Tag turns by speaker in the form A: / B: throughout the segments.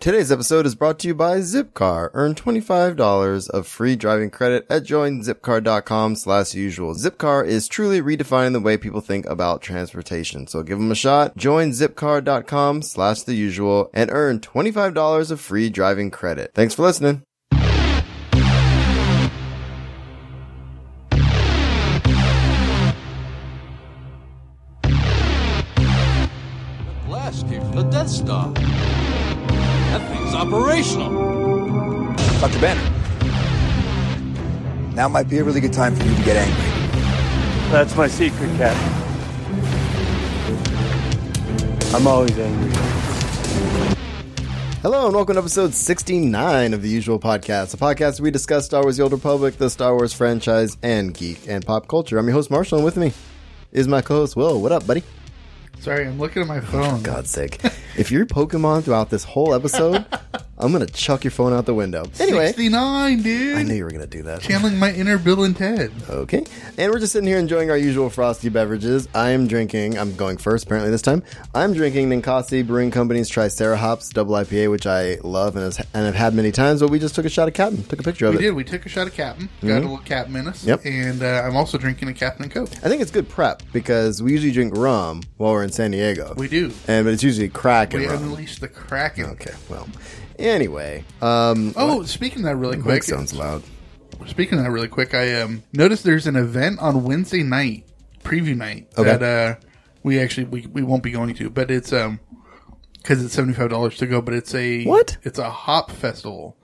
A: Today's episode is brought to you by Zipcar. Earn $25 of free driving credit at joinzipcar.com slash usual. Zipcar is truly redefining the way people think about transportation. So give them a shot. Join zipcar.com slash the usual and earn $25 of free driving credit. Thanks for listening.
B: blast came from the Death Star. That thing's operational.
C: Dr. Banner. Now might be a really good time for you to get angry.
D: That's my secret, Captain. I'm always angry.
A: Hello and welcome to episode 69 of the usual podcast, a podcast where we discuss Star Wars The Old Republic, the Star Wars franchise, and geek and pop culture. I'm your host Marshall and with me is my co-host Will. What up, buddy?
E: Sorry, I'm looking at my phone.
A: God's sake. if you're Pokemon throughout this whole episode, I'm gonna chuck your phone out the window. Anyway,
E: 69,
A: I knew
E: dude.
A: you were gonna do that.
E: Channeling my inner Bill and Ted.
A: Okay. And we're just sitting here enjoying our usual frosty beverages. I am drinking, I'm going first apparently this time. I'm drinking Ninkasi Brewing Company's Tricera Hops Double IPA, which I love and, has, and have had many times, but we just took a shot of Captain, took a picture of it.
E: We
A: Mm-hmm.
E: did. We took a shot of Captain. Got a little Captain in us.
A: Yep.
E: And uh, I'm also drinking a Captain and Coke.
A: I think it's good prep because we usually drink rum while we're in San Diego.
E: We do.
A: And but it's usually crack and
E: We
A: rum.
E: unleashed the Kraken.
A: Okay, well. Anyway, um
E: Oh, speaking of that really
A: Mike
E: quick.
A: sounds loud.
E: Speaking of that really quick, I um, noticed there's an event on Wednesday night, preview night,
A: Okay.
E: that uh, we actually we, we won't be going to, but it's um because it's seventy five dollars to go, but it's a
A: What? Oh.
E: It's a hop festival.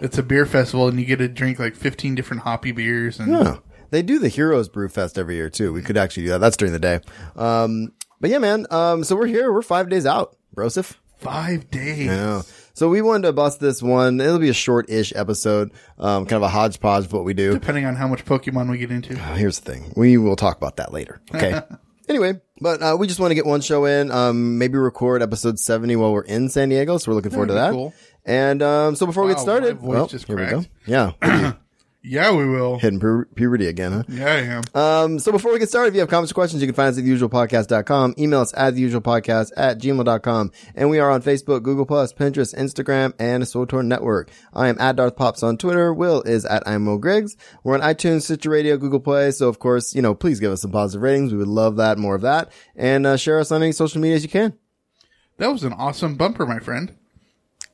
E: it's a beer festival, and you get to drink like fifteen different hoppy beers and.
A: Oh, they do the Heroes Brew Fest every year too. We could actually do that. That's during the day. Um, but yeah, man. Um, so we're here. We're five days out, Brosif.
E: Five days.
A: Yeah. So we wanted to bust this one. It'll be a short-ish episode, um, kind of a hodgepodge of what we do.
E: Depending on how much Pokemon we get into.
A: Uh, Here's the thing. We will talk about that later. Okay. anyway, but uh, we just want to get one show in. Um, maybe record episode 70 while we're in San Diego. So we're looking forward to
E: That'd be
A: that.
E: cool.
A: And um, so before we get
E: Wow,
A: started,
E: my voice
A: well,
E: just
A: here we go.
E: cracked.
A: Yeah, what are you,
E: Yeah, we will.
A: hitting pu- puberty again, huh?
E: Yeah, I am.
A: Um, so before we get started, if you have comments or questions, you can find us at theusualpodcast.com. Email us at theusualpodcast at gmail.com. And we are on Facebook, Google Plus, Pinterest, Instagram, and SWTOR Network. I am at Darth Pops on Twitter. Will is at I'm Will Griggs. We're on iTunes, Stitcher Radio, Google Play. So of course, you know, please give us some positive ratings. We would love that, more of that. And uh, share us on any social media as you can.
E: that was an awesome bumper, my friend.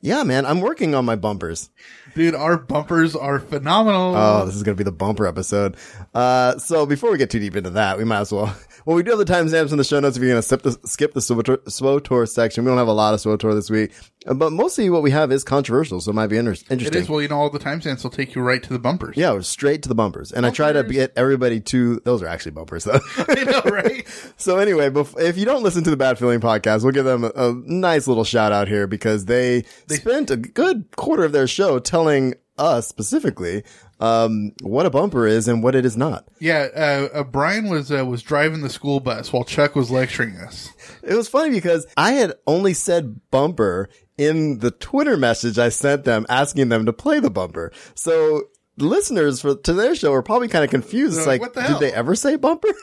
A: Yeah, man, I'm working on my bumpers.
E: Dude, our bumpers are phenomenal.
A: Oh, this is going to be the bumper episode. Uh, so before we get too deep into that, we might as well. Well, we do have the timestamps in the show notes if you're going to skip the, skip the SWOTOR, SWOTOR section. We don't have a lot of SWOTOR this week, uh, but mostly what we have is controversial, so it might be inter-
E: it
A: interesting.
E: is. Well, you know, all the timestamps will take you right to the bumpers.
A: yeah, it was straight to the bumpers. And I try to
E: Bumpers.
A: get everybody to, those are actually bumpers though.
E: I know, right?
A: So anyway, bef- if you don't listen to the Bad Feeling podcast, we'll give them a, a nice little shout out here because they, spent a good quarter of their show telling us specifically um, what a bumper is and what it is not.
E: Yeah, uh, uh, Brian was uh, was driving the school bus while Chuck was lecturing us.
A: It was funny because I had only said bumper in the Twitter message I sent them asking them to play the bumper. So listeners for to their show were probably kind of confused. It's
E: They're like,
A: like,
E: "What the
A: did
E: hell?"
A: they ever say bumper?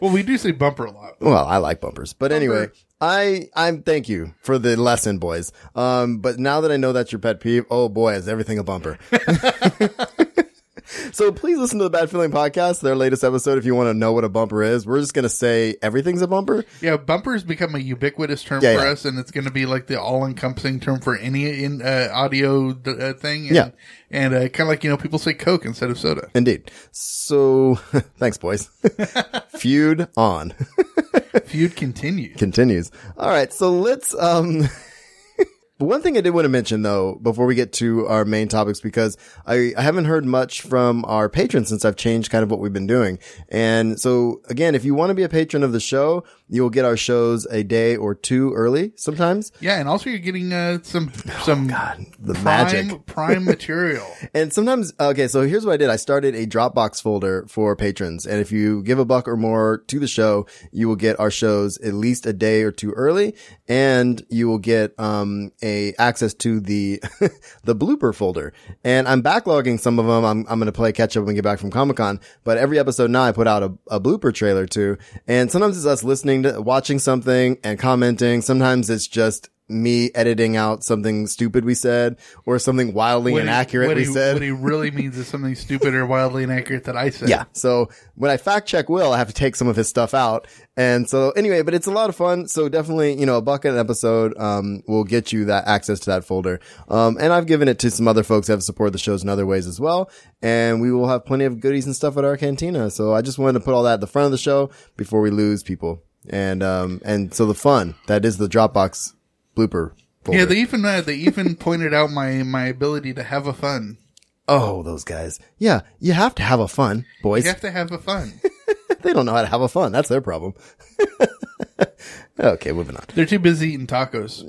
E: Well, we do say bumper a lot.
A: well, I like bumpers, but anyway, I I'm thank you for the lesson, boys. Um, but now that I know that's your pet peeve, oh boy, is everything a bumper. So please listen to the Bad Feeling podcast, their latest episode. If you want to know what a bumper is, we're just gonna say everything's a bumper.
E: Yeah, bumpers become a ubiquitous term
A: Yeah,
E: for
A: yeah.
E: us, and it's going to be like the all-encompassing term for any in uh, audio uh, thing. And,
A: Yeah.
E: and uh, kind of like you know, people say Coke instead of soda.
A: Indeed. So thanks, boys. Feud on
E: Feud continues.
A: continues. All right. So let's, um, one thing I did want to mention though, before we get to our main topics, because I, I haven't heard much from our patrons since I've changed kind of what we've been doing. And so again, if you want to be a patron of the show, you'll get our shows a day or two early sometimes.
E: Yeah, and also you're getting uh, some some
A: The
E: prime
A: Oh, magic.
E: prime material.
A: And sometimes, okay, so here's what I did. I started a Dropbox folder for patrons. And if you give a buck or more to the show, you will get our shows at least a day or two early and you will get, um, a access to the, the blooper folder. And I'm backlogging some of them. I'm, I'm going to play catch up when we get back from Comic Con, but every episode now I put out a, a blooper trailer too. And sometimes it's us listening to, watching something and commenting. Sometimes it's just, me editing out something stupid we said or something wildly
E: What he-
A: inaccurate
E: what
A: we
E: he,
A: said.
E: What he really means is something stupid or wildly inaccurate that I said.
A: Yeah. So when I fact check Will, I have to take some of his stuff out. And so anyway, but it's a lot of fun. So definitely, you know, a bucket an episode, um, will get you that access to that folder. Um, and I've given it to some other folks that have supported the shows in other ways as well. And we will have plenty of goodies and stuff at our cantina. So I just wanted to put all that at the front of the show before we lose people. And, um, and so the fun that is the Dropbox blooper. Folder.
E: Yeah, they even uh, they even pointed out my my ability to have a fun.
A: oh, those guys. Yeah. You have to have a fun, boys.
E: You have to have a fun.
A: They don't know how to have a fun. That's their problem. okay, moving on.
E: They're too busy eating tacos.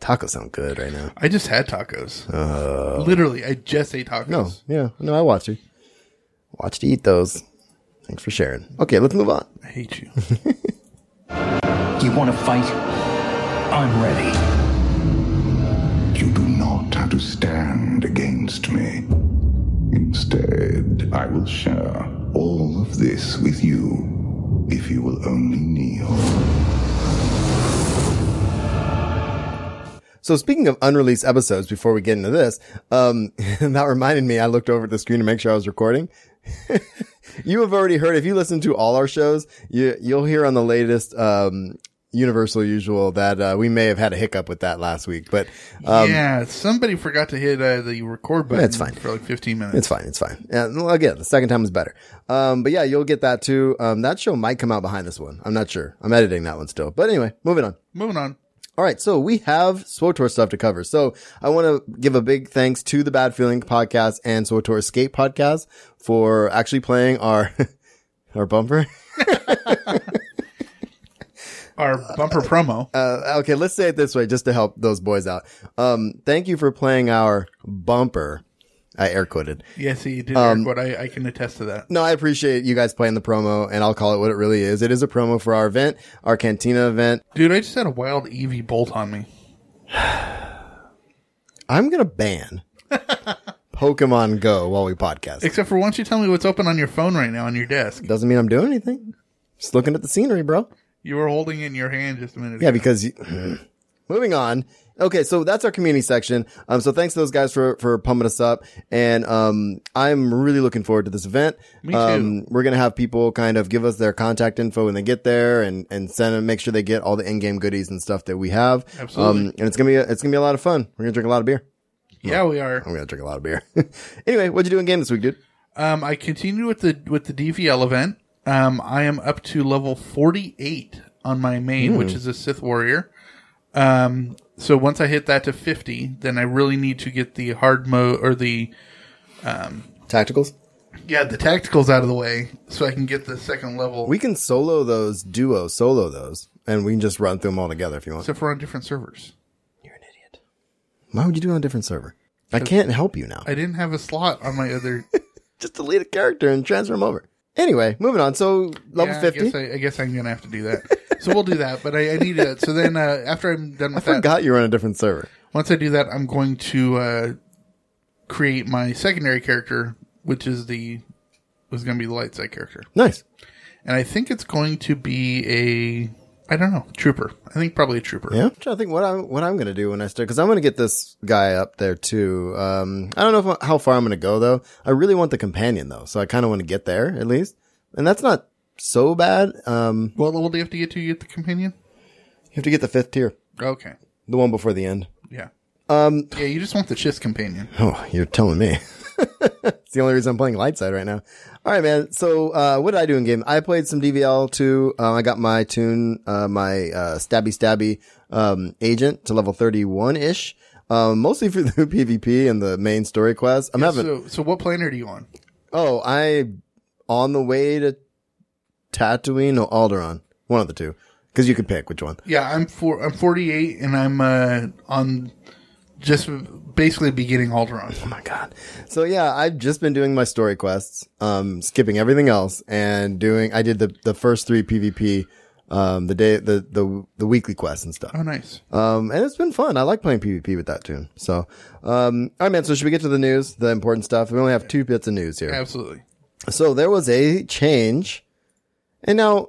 A: Tacos sound good right now.
E: I just had tacos. Literally, I just ate tacos.
A: Uh. No, yeah, no, I watched you. Watch to eat those. Thanks for sharing. Okay, let's move on.
E: I hate you.
F: You want to fight? I'm ready.
G: You do not have to stand against me. Instead, I will share all of this with you if you will only kneel.
A: So speaking of unreleased episodes, before we get into this, um, that reminded me. I looked over at the screen to make sure I was recording. you have already heard. If you listen to all our shows, you you'll hear on the latest um, Universal Usual that uh, we may have had a hiccup with that last week, but um,
E: yeah, somebody forgot to hit uh, the record button.
A: That's fine.
E: for like fifteen minutes.
A: It's fine. It's fine. And well, again, the second time is better. Um, but yeah, you'll get that too. Um, that show might come out behind this one. I'm not sure. I'm editing that one still. But anyway, moving on.
E: Moving on.
A: All right. So we have SWOTOR stuff to cover. So I want to give a big thanks to the Bad Feeling podcast and SWOTOR Escape podcast for actually playing our, our bumper.
E: Our bumper promo.
A: Uh, okay. Let's say it this way just to help those boys out. Um, thank you for playing our bumper. I air quoted.
E: yes, he did.
A: um,
E: what I, I can attest to that.
A: No, I appreciate you guys playing the promo, and I'll call it what it really is. It is a promo for our event, our Cantina event.
E: Dude, I just had a wild Eevee bolt on me.
A: I'm gonna ban Pokemon Go while we podcast.
E: Except for, why don't you tell me what's open on your phone right now on your desk?
A: Doesn't mean I'm doing anything. Just looking at the scenery, bro.
E: You were holding it in your hand just a minute
A: Yeah,
E: ago.
A: because you, moving on. Okay, so that's our community section. Um, so thanks to those guys for for pumping us up, and um, I'm really looking forward to this event.
E: Me too.
A: Um, we're gonna have people kind of give us their contact info when they get there, and and send them make sure they get all the in game goodies and stuff that we have. Um,
E: Absolutely.
A: and it's gonna be a, it's gonna be a lot of fun. We're gonna drink a lot of beer.
E: Yeah, we are.
A: I'm gonna drink a lot of beer. anyway, what'd you do in game this week, dude?
E: Um, I continue with the with the DVL event. Um, I am up to level forty eight on my main, which
A: Hmm.
E: is a Sith warrior. Um, so once I hit that to fifty, then I really need to get the hard mode or the
A: Tacticals.
E: yeah the tacticals out of the way, so I can get the second level.
A: We can solo those, duo solo those, and we can just run through them all together if you want.
E: except we're on different servers.
A: Why would you do it on a different server? I can't help you now.
E: I didn't have a slot on my other.
A: just delete a character and transfer him over. Anyway, moving on. So level
E: Yeah, I
A: fifty.
E: guess, I, I guess I'm gonna have to do that. So we'll do that, but I, I need to. So then, uh, after I'm done
A: I
E: with that,
A: forgot you were on a different server.
E: once I do that, I'm going to uh, create my secondary character, which is the was going to be the light side character,
A: Nice.
E: and I think it's going to be a I don't know trooper. I think probably a trooper.
A: Yeah. I'm trying to think what I'm what I'm gonna do when I start because I'm gonna get this guy up there too. Um, I don't know if, how far I'm gonna go though. I really want the companion though, so I kind of want to get there at least. And that's not so bad. Um,
E: What level do you have to get to? You get the companion.
A: you have to get the fifth tier,
E: Okay.
A: the one before the end.
E: Yeah. Um. Yeah. You just want the chiss companion.
A: Oh, you're telling me. it's the only reason I'm playing Lightside right now. All right, man. So, uh, what did I do in game? I played some DVL too. Um, I got my tune, uh, my, uh, stabby stabby, um, agent to level 31 ish. Um, mostly for the PvP and the main story quest. I'm having,
E: So so what planet are you on?
A: oh, I on the way to Tatooine or Alderaan. One of the two. Cause you could pick which one.
E: Yeah, I'm for I'm 48 and I'm uh on just basically beginning Alderaan.
A: Oh my god. So yeah, I've just been doing my story quests, um, skipping everything else and doing I did the the first three PvP um the day the the, the weekly quests and stuff.
E: Oh, nice.
A: Um and it's been fun. I like playing PvP with that tune. So um all right man, so should we get to the news, the important stuff? We only have two bits of news here.
E: Absolutely.
A: So there was a change. And now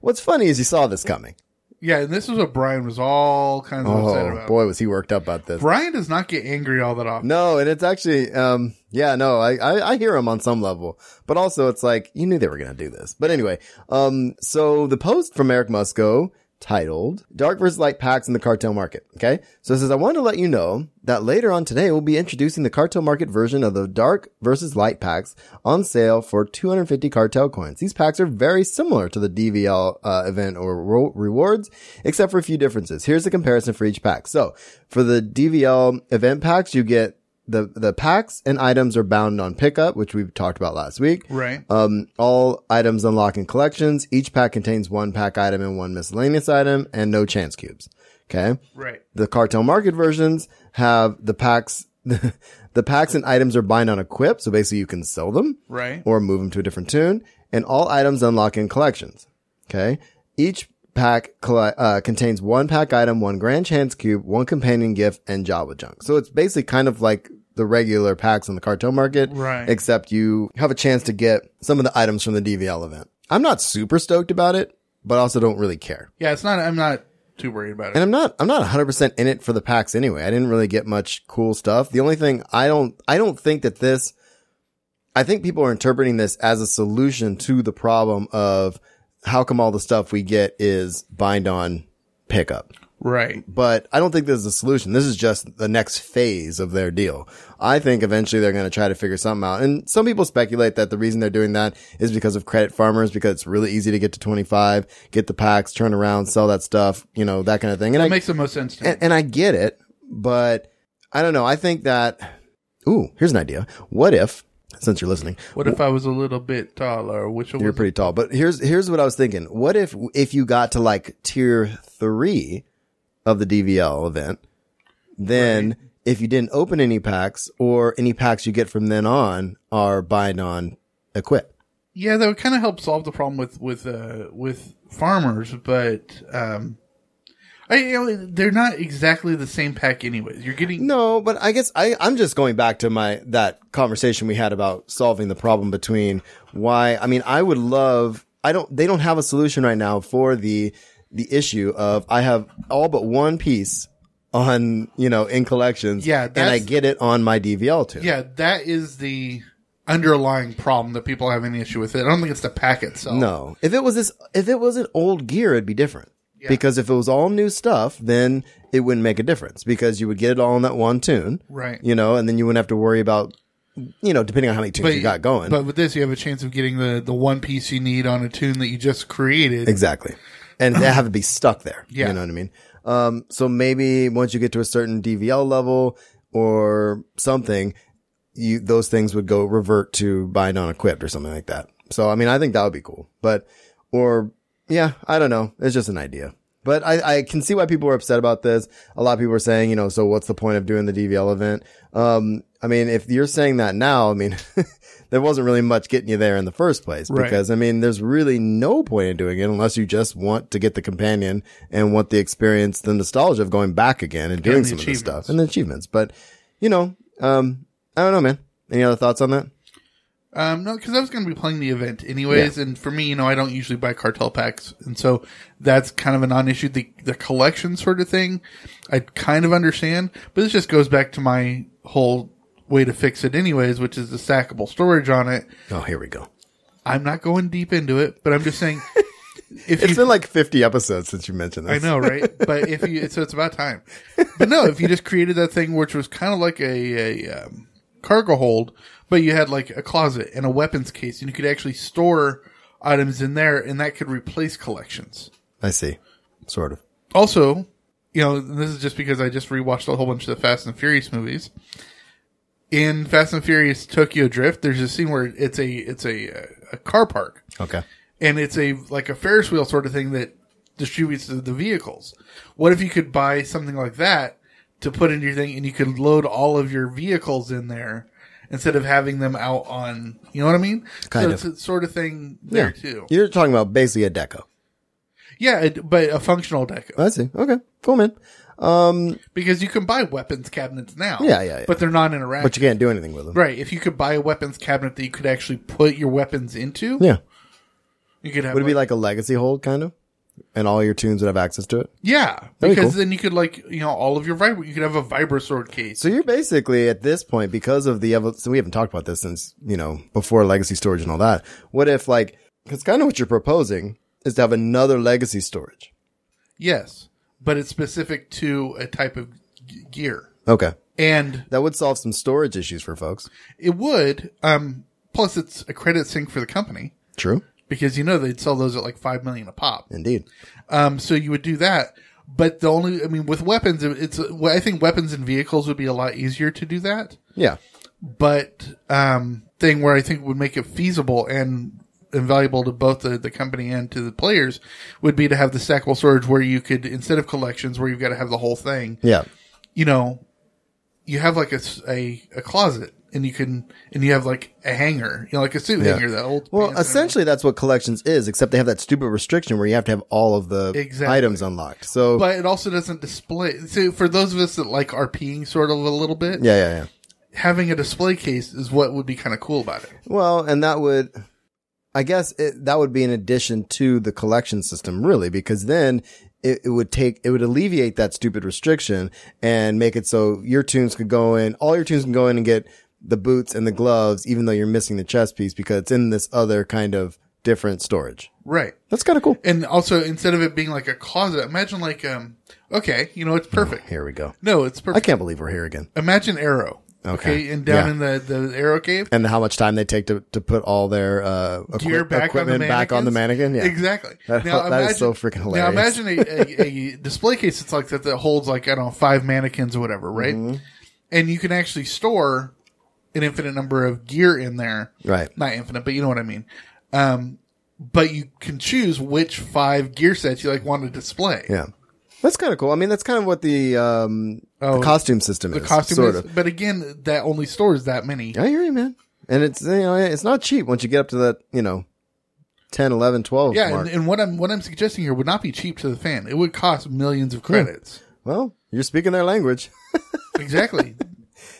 A: what's funny is you saw this coming.
E: Yeah, and this is what Brian was all kinds of upset
A: Oh
E: about.
A: boy, was he worked up about this.
E: Brian does not get angry all that often.
A: No, and it's actually, um, yeah, no, I, I, I hear him on some level, but also it's like, you knew they were going to do this. But anyway, um, so the post from Eric Musco titled Dark versus Light Packs in the Cartel Market. Okay. So it says, I want to let you know that later on today, we'll be introducing the cartel market version of the Dark versus Light packs on sale for 250 cartel coins. These packs are very similar to the DVL uh, event or ro- rewards, except for a few differences. Here's the comparison for each pack. So for the DVL event packs, you get the the packs and items are bound on pickup, which we've talked about last week.
E: Right.
A: Um, all items unlock in collections. Each pack contains one pack item and one miscellaneous item, and no chance cubes. Okay.
E: Right.
A: The cartel market versions have the packs. the packs and items are bind on equip, so basically you can sell them
E: Right.
A: or move them to a different tune, and all items unlock in collections. Okay. Each pack colle- uh, contains one pack item, one grand chance cube, one companion gift, and Java junk. So it's basically kind of like the regular packs on the cartel market,
E: Right.
A: Except you have a chance to get some of the items from the DVL event. I'm not super stoked about it, but also don't really care.
E: Yeah, it's not. I'm not too worried about
A: And
E: it.
A: I'm not, I'm not 100% in it for the packs anyway. I didn't really get much cool stuff. The only thing I don't, I don't think that this, I think people are interpreting this as a solution to the problem of how come all the stuff we get is bind on pickup.
E: Right.
A: But I don't think this is a solution. This is just the next phase of their deal. I think eventually they're going to try to figure something out. And some people speculate that the reason they're doing that is because of credit farmers, because it's really easy to get to 25, get the packs, turn around, sell that stuff, you know, that kind of thing. And I
E: It makes the most sense to me.
A: and, and I get it, but I don't know. I think that, ooh, here's an idea. What if, since you're listening,
E: What if I was a little bit taller? Which was
A: you're pretty tall, but here's, here's what I was thinking. What if, if you got to like tier three of the DVL event, then if you didn't open any packs or any packs you get from then on are bind on equip.
E: yeah, that would kind of help solve the problem with with uh, with farmers, but um, I you know, they're not exactly the same pack, anyways. You're getting
A: No, but I guess I, I'm just going back to my, that conversation we had about solving the problem between why, I mean, I would love, I don't, they don't have a solution right now for the, the issue of I have all but one piece on, you know, in collections.
E: Yeah,
A: And I
E: that's-
A: get it on my DVL too.
E: yeah, that is the underlying problem that people have an issue with. It. I don't think it's the pack itself.
A: No. If it was this, if it wasn't old gear, it'd be different. Because if it was all new stuff, then it wouldn't make a difference because you would get it all in that one tune.
E: Right.
A: You know, and then you wouldn't have to worry about, you know, depending on how many tunes
E: But,
A: you got going.
E: but with this, you have a chance of getting the, the one piece you need on a tune that you just created.
A: Exactly. And they have to be stuck there.
E: Yeah.
A: You know what I mean? Um, so maybe once you get to a certain DVL level or something, you, those things would go revert to buy non equipped or something like that. So, I mean, I think that would be cool, but, or yeah, I don't know. It's just an idea, but I, I can see why people are upset about this. A lot of people are saying, you know, so what's the point of doing the DVL event? Um, I mean, if you're saying that now, I mean, there wasn't really much getting you there in the first place
E: Right.
A: because I mean, there's really no point in doing it unless you just want to get the companion and want the experience, the nostalgia of going back again and doing
E: the
A: some of this
E: achievements.
A: stuff and the achievements. But you know, um, I don't know, man. Any other thoughts on that?
E: Um, no, because I was going to be playing the event anyways, and for me, you know, I don't usually buy cartel packs, and so that's kind of a non-issue. The the collection sort of thing, I kind of understand, but this just goes back to my whole way to fix it anyways, which is the stackable storage on it.
A: Oh, here we go.
E: I'm not going deep into it, but I'm just saying, if
A: It's
E: you,
A: been like 50 episodes since you mentioned
E: I
A: this.
E: know, right? But if you, so it's about time. But no, if you just created that thing, which was kind of like a, a um, cargo hold, but you had like a closet and a weapons case, and you could actually store items in there, and that could replace collections.
A: I see. Sort of.
E: Also, you know, this is just because I just rewatched a whole bunch of the Fast and Furious movies. In Fast and Furious Tokyo Drift, there's a scene where it's a it's a, uh, a car park,
A: Okay.
E: and it's a like a Ferris wheel sort of thing that distributes the, the vehicles. What if you could buy something like that to put into your thing, and you could load all of your vehicles in there instead of having them out on, you know what I mean?
A: Kind
E: so
A: of.
E: it's a sort of thing there too. Yeah,
A: You're talking about basically a deco.
E: it, but a functional deco
A: I see. Okay. Cool, man.
E: because you can buy weapons cabinets now.
A: Yeah, yeah, yeah.
E: but they're not interactive.
A: But you can't do anything with them.
E: Right, if you could buy a weapons cabinet that you could actually put your weapons into,
A: Yeah.
E: you could have.
A: Would it be
E: like-
A: like a legacy hold, kind of? and all your tunes would have access to it.
E: Yeah,
A: That'd be
E: because
A: cool.
E: then you could like you know all of your vibra. You could have a vibrosword case.
A: So you're basically at this point because of the evolution. So we haven't talked about this since you know before legacy storage and all that. What if like because kind of what you're proposing is to have another legacy storage?
E: yes, but it's specific to a type of g- gear,
A: Okay,
E: and
A: that would solve some storage issues for folks.
E: it would. Um, plus, it's a credit sink for the company
A: True,
E: because you know they'd sell those at like five million a pop.
A: indeed.
E: Um, so you would do that. But the only, I mean, with weapons, it's, well, I think weapons and vehicles would be a lot easier to do that.
A: Yeah,
E: But, um, thing where I think would make it feasible and invaluable to both the, the company and to the players would be to have the stackable storage where you could, instead of collections where you've got to have the whole thing,
A: yeah.
E: you know, you have like a, s- a, a closet and you can, and you have like a hanger, you know, like a suit
A: Yeah.
E: hanger, that old.
A: Well,
E: pants hanger.
A: essentially that's what collections is, except they have that stupid restriction where you have to have all of the
E: Exactly.
A: items unlocked. So
E: But it also doesn't display. So for those of us that like RPing sort of a little bit,
A: yeah, yeah, yeah.
E: having a display case is what would be kind of cool about it.
A: Well, and that would, I guess it, that would be an addition to the collection system, really, because then it, it would take, it would alleviate that stupid restriction and make it so your tunes could go in, all your tunes can go in and get the boots and the gloves, even though you're missing the chest piece because it's in this other kind of different storage.
E: Right.
A: That's kind of cool.
E: And also instead of it being like a closet, imagine like um okay, you know it's perfect.
A: Here we go.
E: No, it's
A: I
E: perfect.
A: can't believe we're here again.
E: Imagine Arrow.
A: Okay.
E: Okay. and down
A: Yeah.
E: in the the Arrow cave.
A: And how much time they take to, to put all their uh, equi-
E: Gear back on the
A: equipment back on the mannequin? Yeah.
E: mannequins. Exactly.
A: That- that is so freaking hilarious.
E: Now imagine a, a, a display case that's like that that holds like I don't know five mannequins or whatever, right?
A: Mm-hmm.
E: And you can actually store an infinite number of gear in there.
A: Right.
E: Not infinite, but you know what I mean. Um, but you can choose which five gear sets you like want to display.
A: Yeah. That's kind of cool. I mean, that's kind of what the, um, the
E: Oh,
A: costume system
E: The
A: is.
E: costume
A: sort
E: is,
A: of.
E: but again, that only stores that many.
A: I hear you, man. And it's, you know, it's not cheap once you get up to that, you know, 10, 11, 12
E: Yeah,
A: mark.
E: and, and what I'm what I'm suggesting here would not be cheap to the fan. It would cost millions of credits.
A: well, you're speaking their language.
E: Exactly.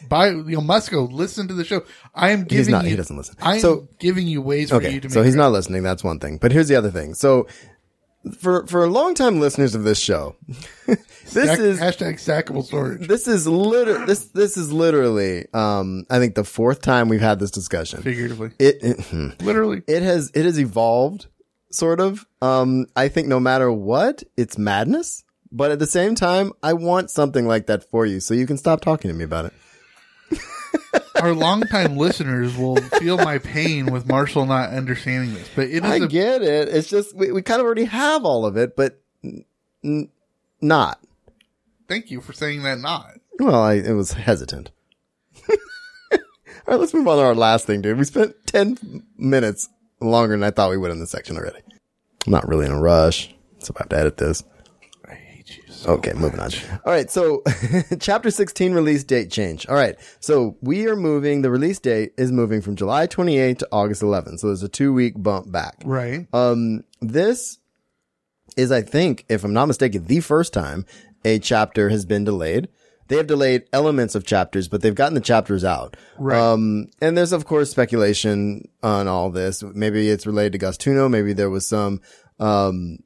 E: Buy you know, Musco, listen to the show. I am giving
A: not-
E: you,
A: he doesn't listen.
E: I'm
A: So-
E: giving you ways for you
A: Okay.
E: to make
A: So he's not listening. That's one thing. But here's the other thing. So for, for longtime listeners of this show, this
E: Stack-
A: is,
E: hashtag stackable storage.
A: this is literally, this, this is literally, um, I think the fourth time we've had this discussion.
E: Figuratively.
A: It, it, hmm.
E: Literally.
A: it has it has evolved sort of um i think no matter what it's madness but at the same time i want something like that for you so you can stop talking to me about it
E: Our longtime listeners will feel my pain with Marshall not understanding this. But it is
A: i
E: a
A: get it it's just we, we kind of already have all of it but n- n- not
E: thank you for saying that not.
A: well i it was hesitant all right let's move on to our last thing dude we spent 10 minutes longer than i thought we would in this section already i'm not really in a rush so i have to edit this
E: I hate you so
A: Okay, moving on. All right, so chapter 16 release date change. All right, so we are moving, the release date is moving from July 28th to August 11th. So there's a two week bump back.
E: Right.
A: Um, this is, I think, if I'm not mistaken, the first time a chapter has been delayed. They have delayed elements of chapters, but they've gotten the chapters out.
E: Right.
A: Um, and there's of course speculation on all this. Maybe it's related to Gastuno. Maybe there was some, um,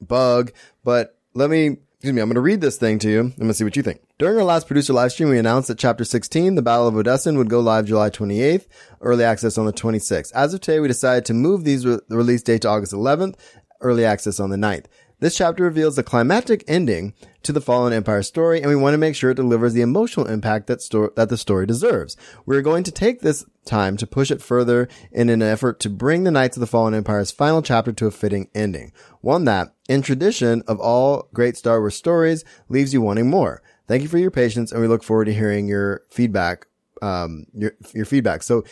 A: bug, but let me, excuse me, I'm going to read this thing to you. I'm going to see what you think. During our last producer live stream, we announced that chapter 16, the Battle of Odessen would go live July 28th, early access on the 26th. As of today, we decided to move these re- the release date to August 11th, early access on the 9th. This chapter reveals the climactic ending to the Fallen Empire story, and we want to make sure it delivers the emotional impact that, sto- that the story deserves. We're going to take this time to push it further in an effort to bring the Knights of the Fallen Empire's final chapter to a fitting ending. One that, in tradition of all great Star Wars stories, leaves you wanting more. Thank you for your patience, and we look forward to hearing your feedback. Um, your your feedback. So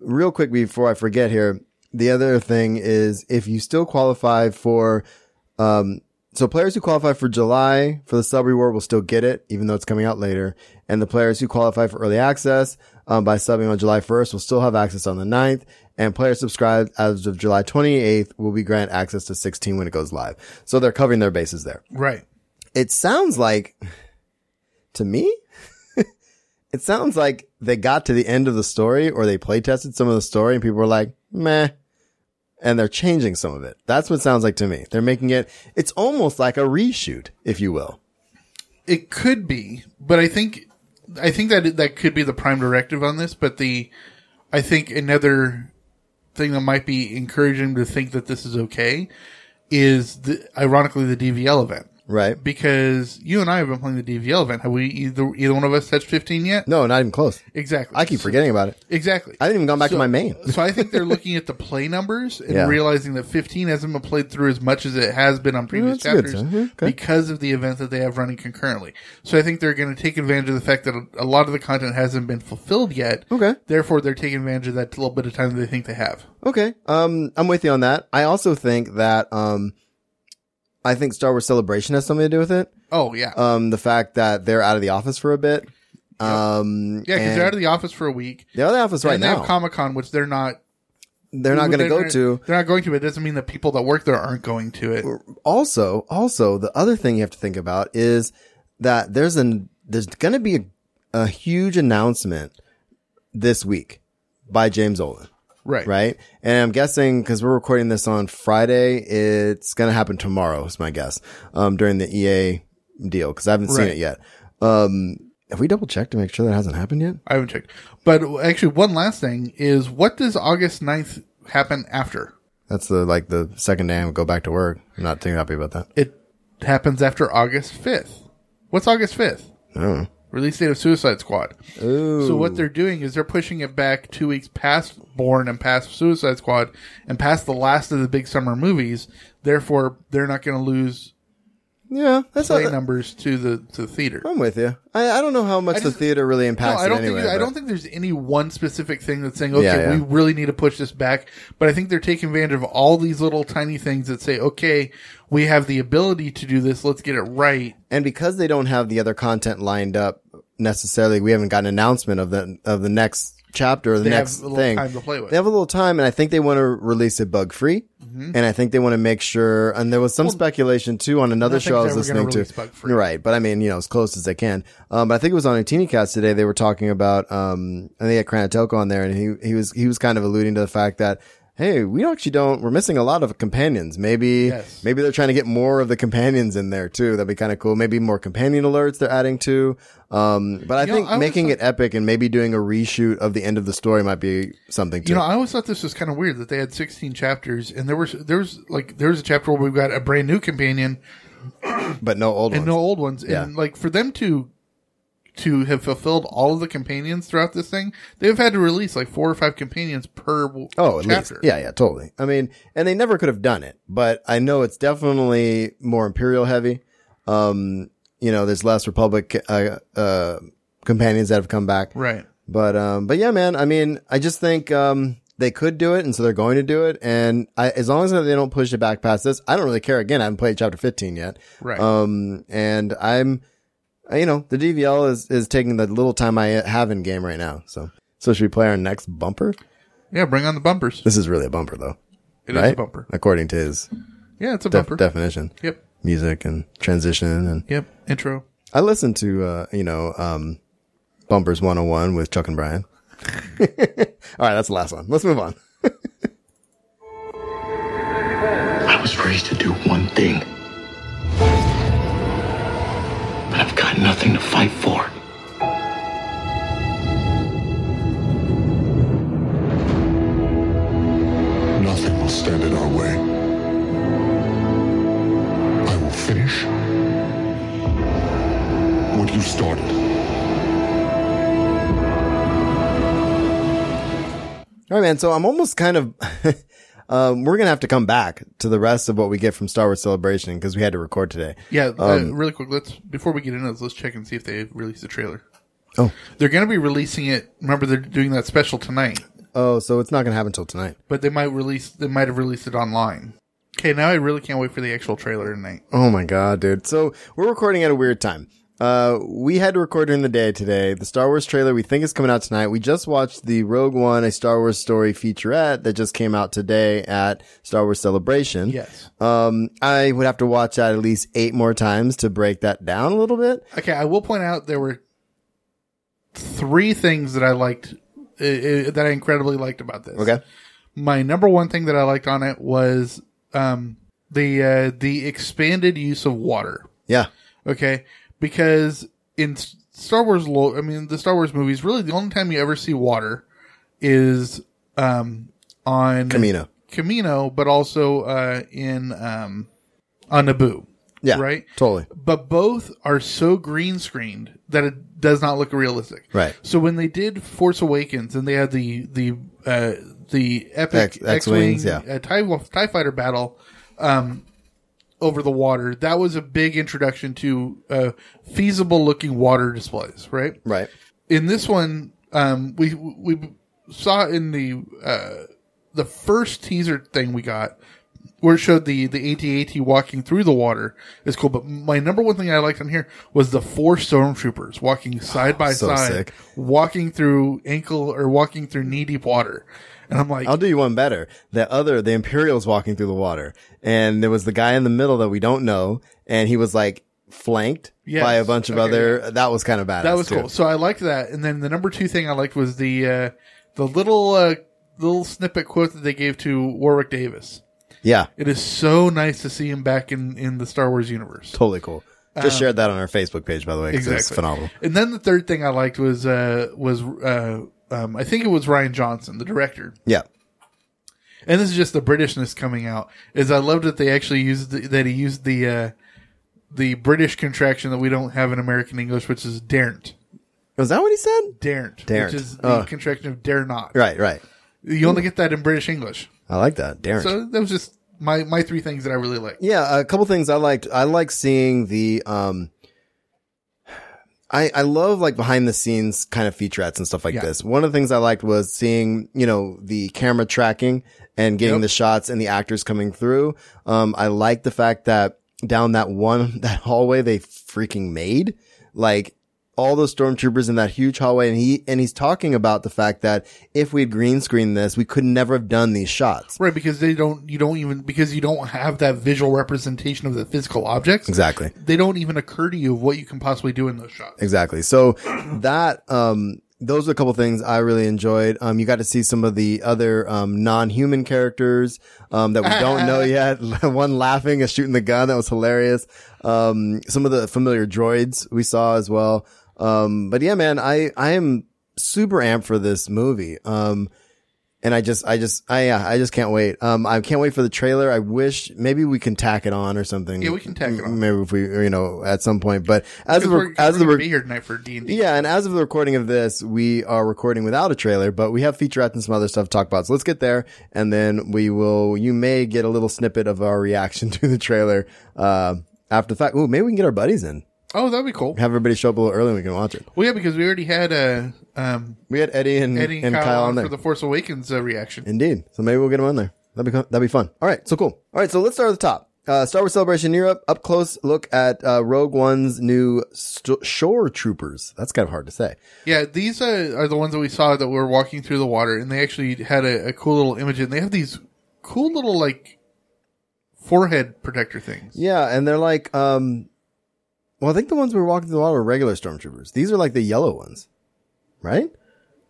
A: real quick before I forget here, the other thing is if you still qualify for, um, so players who qualify for July for the sub reward will still get it, even though it's coming out later. And the players who qualify for early access um, by subbing on July 1st will still have access on the 9th. And players subscribed as of July 28th will be granted access to 16 when it goes live. So they're covering their bases there
E: Right.
A: it sounds like to me it sounds like they got to the end of the story or they play tested some of the story and people were like meh and they're changing some of it. That's what it sounds like to me. They're making it, it's almost like a reshoot, if you will.
E: It could be, but I think I think that that could be the prime directive on this. But the I think another thing that might be encouraging to think that this is okay is the, ironically the DVL event
A: Right.
E: because you and I have been playing the DVL event. Have we either either one of us touched fifteen yet?
A: No, not even close.
E: Exactly.
A: I keep forgetting about it.
E: Exactly.
A: I haven't even gone back to
E: So-
A: my main.
E: so I think they're looking at the play numbers and
A: Yeah.
E: realizing that 15 hasn't been played through as much as it has been on previous
A: that's good,
E: chapters
A: so, yeah, okay.
E: because of the events that they have running concurrently. So I think they're going to take advantage of the fact that a lot of the content hasn't been fulfilled yet.
A: Okay.
E: Therefore, they're taking advantage of that little bit of time that they think they have.
A: Okay. Um, I'm with you on that. I also think that, um, I think Star Wars Celebration has something to do with it.
E: Oh yeah,
A: Um, the fact that they're out of the office for a bit. Um,
E: yeah, because
A: and
E: they're out of the office for a week.
A: they're out of the office right
E: and they
A: now.
E: have Comic Con, which they're not.
A: they're not going to
E: they're
A: go to.
E: They're not going to. But it doesn't mean that people that work there aren't going to it.
A: also, also the other thing you have to think about is that there's an there's going to be a, a huge announcement this week by James Olin,
E: Right.
A: right? And I'm guessing because we're recording this on Friday, it's going to happen tomorrow. Is my guess um, during the EA deal because I haven't seen
E: Right.
A: it yet. Um, have we double checked to make sure that hasn't happened yet?
E: I haven't checked. But actually, one last thing is what does August 9th happen after?
A: That's the like the second day I would go back to work. I'm not too happy about that.
E: It happens after August 5th. What's August 5th?
A: I don't know.
E: Release date of Suicide Squad. So what they're doing is they're pushing it back two weeks past Born and past Suicide Squad and past the last of the big summer movies. Therefore, they're not going to lose
A: Yeah, that's
E: play
A: not,
E: numbers to the to the theater.
A: I'm with you. I, I don't know how much
E: I
A: the
E: just-
A: theater really
E: No,
A: impacts
E: I don't
A: it anyway.
E: think I
A: but-
E: don't think there's any one specific thing that's saying, okay,
A: Yeah, yeah.
E: we really need to push this back. But I think they're taking advantage of all these little tiny things that say, okay, we have the ability to do this. Let's get it right.
A: and because they don't have the other content lined up necessarily, we haven't got an announcement of the of the next chapter or the
E: They have
A: next
E: a little
A: thing.
E: time to play with.
A: They have a little time, and I think they want to release it bug free.
E: Mm-hmm.
A: And I think they want to make sure. And there was some speculation too on another
E: nothing's
A: show I was
E: ever
A: listening
E: gonna
A: to.
E: release bug-free.
A: Right, but I mean, you know, as close as they can. Um, but I think it was on Antinicast today. They were talking about. Um, I think they had Kranatelko on there, and he he was he was kind of alluding to the fact that. Hey, we actually don't. We're missing a lot of companions. Maybe,
E: Yes.
A: maybe they're trying to get more of the companions in there too. That'd be kind of cool. Maybe more companion alerts they're adding to. Um, but I
E: You know,
A: think
E: I always
A: making
E: thought-
A: it epic and maybe doing a reshoot of the end of the story might be something. Too.
E: You know, I always thought this was kind of weird that they had 16 chapters and there was there's like there's a chapter where we've got a brand new companion
A: but no old
E: and
A: ones.
E: no old ones. And
A: Yeah.
E: like for them to to have fulfilled all of the companions throughout this thing, they've had to release like four or five companions per w-
A: Oh, at
E: chapter.
A: least. Yeah, yeah, totally. I mean, and they never could have done it, but I know it's definitely more Imperial heavy. Um, you know, there's less Republic, uh, uh, companions that have come back.
E: Right.
A: But, um, but yeah, man, I mean, I just think, um, they could do it. And so they're going to do it. And I, as long as they don't push it back past this, I don't really care. Again, I haven't played chapter 15 yet.
E: Right.
A: Um, and I'm, uh, you know, the DVL is, is taking the little time I have in game right now. So, so should we play our next bumper?
E: Yeah, bring on the bumpers.
A: This is really a bumper though
E: It is
A: right?
E: a bumper.
A: according to his
E: Yeah, it's a
A: def-
E: bumper.
A: definition.
E: Yep.
A: Music and transition, and
E: Yep. Intro.
A: I listened to uh, you know um, Bumpers 101 with Chuck and Brian. All right, that's the last one. Let's move on.
F: I was raised to do one thing. But I've got nothing to fight for.
G: Nothing will stand in our way. I will finish what you started.
A: All right, man. So I'm almost kind of. Um, we're gonna have to come back to the rest of what we get from Star Wars Celebration because we had to record today.
E: Yeah, uh, really quick. Let's before we get into this, let's check and see if they released the trailer.
A: Oh,
E: They're going to be releasing it. Remember, they're doing that special tonight,
A: oh, so it's not gonna happen till tonight.
E: but they might release. They might have released it online. Okay, now I really can't wait for the actual trailer tonight.
A: Oh my god, dude. So we're recording at a weird time. Uh, we had to record during the day today. The Star Wars trailer we think is coming out tonight. We just watched the Rogue One, a Star Wars story featurette that just came out today at Star Wars Celebration.
E: Yes.
A: Um, I would have to watch that at least eight more times to break that down a little bit.
E: Okay, I will point out there were eh, three things that I liked uh, uh, that I incredibly liked about this. My number one thing that I liked on it was um, the uh, the expanded use of water.
A: Yeah.
E: Okay, because in S- Star Wars, lo- I mean, the Star Wars movies, really the only time you ever see water is um, on
A: Camino.
E: Camino, but also uh, in um, on Naboo.
A: Yeah.
E: Right?
A: Totally.
E: But both are so green screened that it does not look realistic.
A: Right.
E: So when they did Force Awakens and they had the the uh, the epic
A: X-
E: X-wing,
A: X-wings, yeah.
E: uh, tie, tie fighter battle um, over the water, that was a big introduction to uh, feasible looking water displays. Right
A: Right.
E: in this one, um, we we saw in the uh, the first teaser thing we got where it showed the the AT-AT walking through the water is cool. But my number one thing I liked on here was the four stormtroopers walking side by
A: Oh, so
E: side,
A: sick.
E: walking through ankle or walking through knee deep water, and I'm like,
A: I'll do you one better. The other, the Imperial's walking through the water, and there was the guy in the middle that we don't know, and he was like flanked
E: Yes.
A: by a bunch of
E: Okay,
A: other. That was kind of badass.
E: that was
A: too.
E: cool. So I liked that. And then the number two thing I liked was the uh, the little uh, little snippet quote that they gave to Warwick Davis.
A: Yeah,
E: It is so nice to see him back in, in the Star Wars universe.
A: totally cool.
E: Um,
A: Just shared that on our Facebook page, by the way. 'cause It's phenomenal.
E: And then the third thing I liked was uh, was uh, um, I think it was Ryan Johnson, the director.
A: Yeah,
E: And this is just the Britishness coming out. Is I loved that they actually used the, that he used the uh, the British contraction that we don't have in American English, which is daren't.
A: was that what he said?
E: Daren't,
A: Daren't.
E: which is the
A: Ugh.
E: contraction of dare not.
A: Right, right.
E: You only get that in British English.
A: I like that, Darren.
E: So that was just my my three things that I really liked.
A: yeah, a couple things I liked. I like seeing the um I I love like behind the scenes kind of featurettes and stuff like
E: Yeah.
A: this. One of the things I liked was seeing, you know, the camera tracking and getting
E: Yep.
A: the shots and the actors coming through. Um I like the fact that down that one that hallway they freaking made like all those stormtroopers in that huge hallway and he and he's talking about the fact that if we had green screened this, we could never have done these shots.
E: Right, because they don't, you don't even, because you don't have that visual representation of the physical objects.
A: Exactly.
E: They don't even occur to you of what you can possibly do in those shots.
A: Exactly. So that um those are a couple things I really enjoyed. Um you got to see some of the other um non-human characters um that we don't know yet. One laughing and shooting the gun that was hilarious. Um some of the familiar droids we saw as well. Um but yeah man, I I am super amped for this movie. Um and I just, I just, I, yeah, I just can't wait. Um, I can't wait for the trailer. I wish maybe we can tack it on or something.
E: Yeah, we can tack it on.
A: Maybe if we, you know, at some point. But as
E: Because
A: of,
E: we're,
A: as
E: we're
A: of
E: gonna be here tonight for D and D.
A: yeah, and as of the recording of this, we are recording without a trailer, but we have featurettes and some other stuff to talk about. So let's get there, and then we will. You may get a little snippet of our reaction to the trailer uh, after the fact. Ooh, maybe we can get our buddies in.
E: Oh, that'd be cool.
A: Have everybody show up a little early, and we can watch it.
E: Well, yeah, because we already had uh, um,
A: We had Eddie and
E: Eddie and, Kyle, on
A: on there.
E: for the Force Awakens uh, reaction.
A: Indeed. So maybe we'll get them on there. That'd be co- that'd be fun. All right. So cool. All right. So let's start at the top. Uh, Star Wars Celebration Europe. Up close look at uh, Rogue One's new st- shore troopers. That's kind of hard to say.
E: Yeah, these uh, are the ones that we saw that were walking through the water, and they actually had a, a cool little image, and they have these cool little like forehead protector things.
A: Yeah, and they're like, um, well, I think the ones we were walking through the water are regular stormtroopers. These are like the yellow ones, right?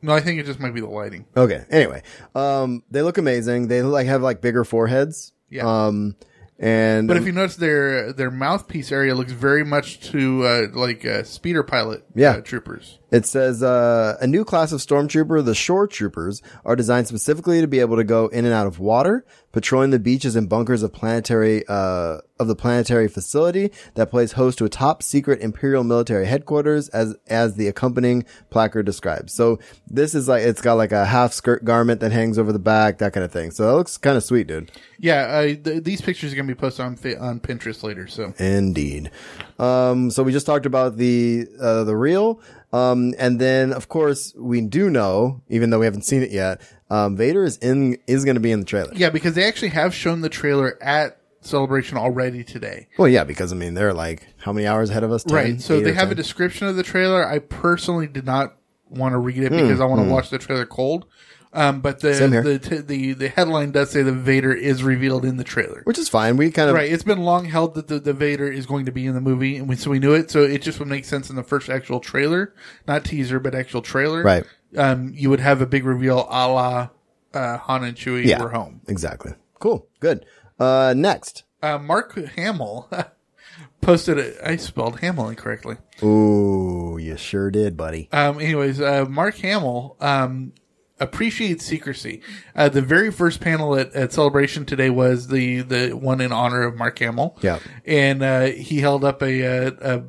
E: No, I think it just might be the lighting.
A: Okay. Anyway, um, they look amazing. They like have like bigger foreheads.
E: Yeah.
A: Um, and
E: But if you notice, their their mouthpiece area looks very much to uh, like uh, speeder pilot
A: Yeah.
E: uh, troopers.
A: It says uh, a new class of stormtrooper, the shore troopers, are designed specifically to be able to go in and out of water, patrolling the beaches and bunkers of planetary uh, of the planetary facility that plays host to a top secret imperial military headquarters, as as the accompanying placard describes. So this is like it's got like a half skirt garment that hangs over the back, that kind of thing. So that looks kind of sweet, dude.
E: Yeah, uh, th- these pictures are gonna be posted on fa- on Pinterest later. So
A: Indeed. Um, so we just talked about the uh, the reel, um, and then of course we do know, even though we haven't seen it yet, um, Vader is in is going to be in the trailer.
E: yeah, because they actually have shown the trailer at Celebration already today.
A: Well, yeah, because I mean they're like how many hours ahead of us? 10,
E: right. So
A: eight
E: they
A: or
E: have
A: 10?
E: a description of the trailer. I personally did not want to read it because I want to watch the trailer cold. Um, but the
A: Hmm, Same here.
E: the, t- the the headline does say that Vader is revealed in the trailer.
A: which is fine. We kind of
E: Right, it's been long held that the, the Vader is going to be in the movie, and we, so we knew it. So it just would make sense in the first actual trailer, not teaser, but actual trailer.
A: Right.
E: Um, you would have a big reveal, a la uh, Han and Chewie
A: Yeah.
E: were home.
A: Exactly. Cool. Good. Uh, next.
E: Uh, Mark Hamill posted a, I spelled Hamill incorrectly.
A: Ooh, you sure did, buddy.
E: Um, anyways, uh, Mark Hamill um, appreciates secrecy. Uh, the very first panel at, at Celebration today was the, the one in honor of Mark Hamill.
A: Yeah.
E: And uh, he held up a, a, a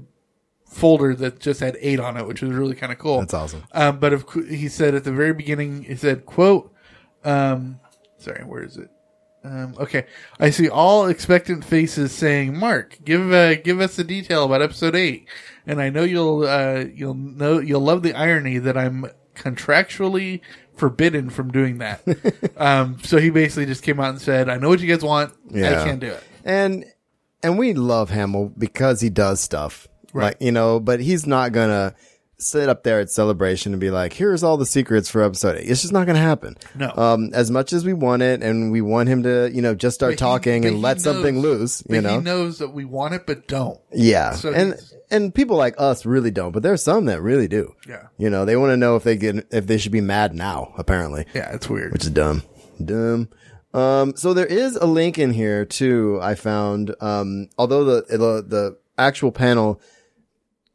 E: folder that just had eight on it, which was really kind of cool.
A: That's awesome.
E: Um, but of, cou- he said at the very beginning, he said, quote, um, sorry, where is it? Um, okay, I see all expectant faces saying, "Mark, give uh, give us the detail about episode 8. And I know you'll uh, you'll know you'll love the irony that I'm contractually forbidden from doing that. um, so he basically just came out and said, "I know what you guys want.
A: Yeah.
E: I can't do it."
A: And and we love Hamill because he does stuff.
E: Right.
A: Like, you know, but he's not gonna sit up there at celebration and be like, here's all the secrets for episode eight. It's just not gonna happen.
E: No.
A: Um, as much as we want it and we want him to, you know, just start
E: But he-
A: talking
E: but
A: and
E: he
A: let
E: knows-
A: something loose,
E: but
A: you know.
E: he knows that we want it, but don't.
A: Yeah.
E: So
A: and
E: he's-
A: and people like us really don't, but there's some that really do.
E: Yeah.
A: You know, they want to know if they get if they should be mad now, apparently.
E: Yeah, it's weird.
A: Which is dumb. Dumb. Um so there is a link in here too I found um although the the, the actual panel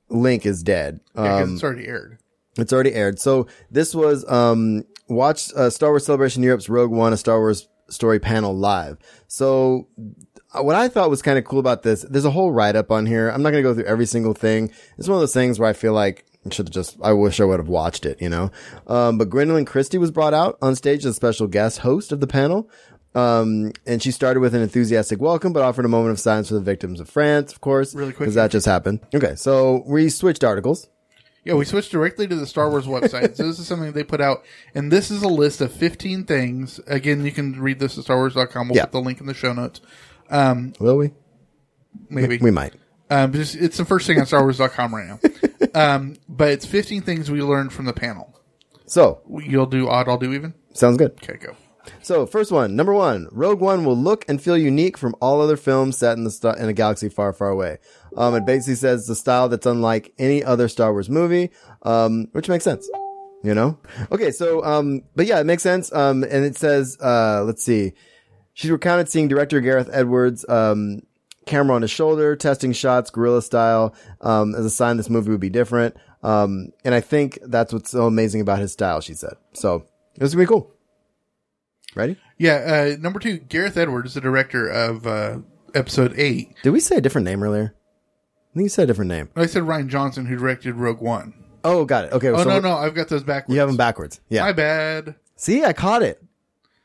A: link is dead.
E: Yeah, 'cause
A: Um
E: it's already aired.
A: it's already aired. So this was um watched uh, Star Wars Celebration Europe's Rogue One, a Star Wars story panel live. So uh, what I thought was kind of cool about this, there's a whole write up on here. I'm not gonna go through every single thing. It's one of those things where I feel like I should have just I wish I would have watched it, you know. Um, but Gwendolyn Christie was brought out on stage as a special guest host of the panel. Um, and she started with an enthusiastic welcome, but offered a moment of silence for the victims of France, of course.
E: Really quick.
A: Because that just happened. Okay. So we switched articles.
E: Yeah, we switched directly to the Star Wars website. so this is something they put out, and this is a list of 15 things. Again, you can read this at StarWars.com. We'll
A: Yeah.
E: put the link in the show notes.
A: Will we?
E: Maybe
A: We might.
E: Um, just, it's the first thing on StarWars.com right now. um, but it's 15 things we learned from the panel.
A: So
E: You'll do odd, I'll do even.
A: Sounds good.
E: Okay, go.
A: So, first one, number one, Rogue One will look and feel unique from all other films set in the sta- in a galaxy far, far away. Um, it basically says the style that's unlike any other Star Wars movie, um, which makes sense. You know? Okay, so, um, but yeah, it makes sense. Um, and it says, uh, let's see. She's recounted seeing director Gareth Edwards, um, camera on his shoulder, testing shots, guerrilla style, um, as a sign this movie would be different. Um, and I think that's what's so amazing about his style, she said. So, this is gonna be cool. Ready?
E: Yeah, uh, number two, Gareth Edwards, the director of uh, Episode 8.
A: Did we say a different name earlier? I think you said a different name.
E: I said Ryan Johnson, who directed Rogue One.
A: Oh, got it. Okay.
E: Oh,
A: so
E: no, no, I've got those backwards.
A: You have them backwards. Yeah.
E: My bad.
A: See, I caught it.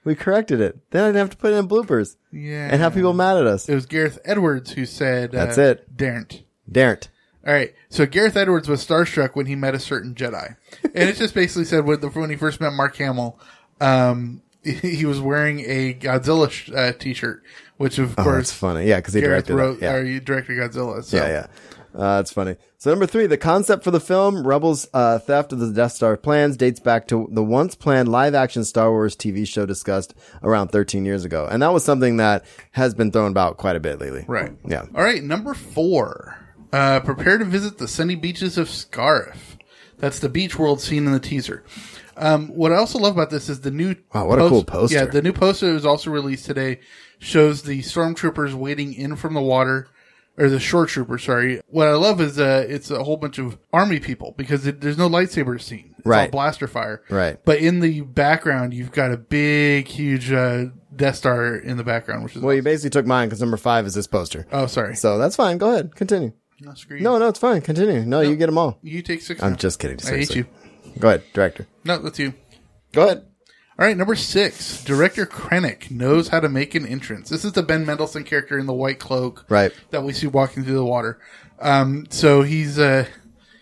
A: We corrected it. Then I didn't have to put in bloopers
E: Yeah.
A: and have people mad at us.
E: It was Gareth Edwards who said,
A: That's
E: uh,
A: it.
E: Daren't.
A: Daren't.
E: All right. So Gareth Edwards was starstruck when he met a certain Jedi, and it just basically said when, the, when he first met Mark Hamill, um, he was wearing a Godzilla sh- uh, t-shirt, which of
A: Oh, that's
E: course
A: funny. Yeah, because he
E: Gareth
A: directed
E: wrote
A: it. Yeah.
E: or you directed Godzilla. So.
A: yeah, yeah. Uh, that's funny. So number three, the concept for the film Rebels' uh, theft of the Death Star plans dates back to the once planned live action Star Wars TV show discussed around 13 years ago, and that was something that has been thrown about quite a bit lately.
E: Right.
A: Yeah.
E: All right. Number four. Uh, prepare to visit the sunny beaches of Scarif. That's the beach world seen in the teaser. Um, what I also love about this is the new.
A: Wow, what a cool poster.
E: Yeah, the new poster that was also released today shows the stormtroopers wading in from the water, or the shore troopers. Sorry. What I love is uh, it's a whole bunch of army people because it, there's no lightsaber scene. It's
A: Right.
E: All blaster fire.
A: Right.
E: But in the background, you've got a big, huge uh, Death Star in the background, which is
A: Well, you basically took mine because number five is this poster.
E: oh, sorry.
A: So that's fine. Go ahead. Continue.
E: Not screwed.
A: No, no, it's fine. Continue. No, you get them all.
E: You take six.
A: I'm
E: now.
A: just kidding.
E: I hate
A: Seriously.
E: you.
A: Go ahead, director.
E: No, that's you.
A: Go ahead.
E: All right, number six. Director Krennic knows how to make an entrance. This is the Ben Mendelsohn character in the white cloak,
A: Right.
E: That we see walking through the water. Um, so he's uh,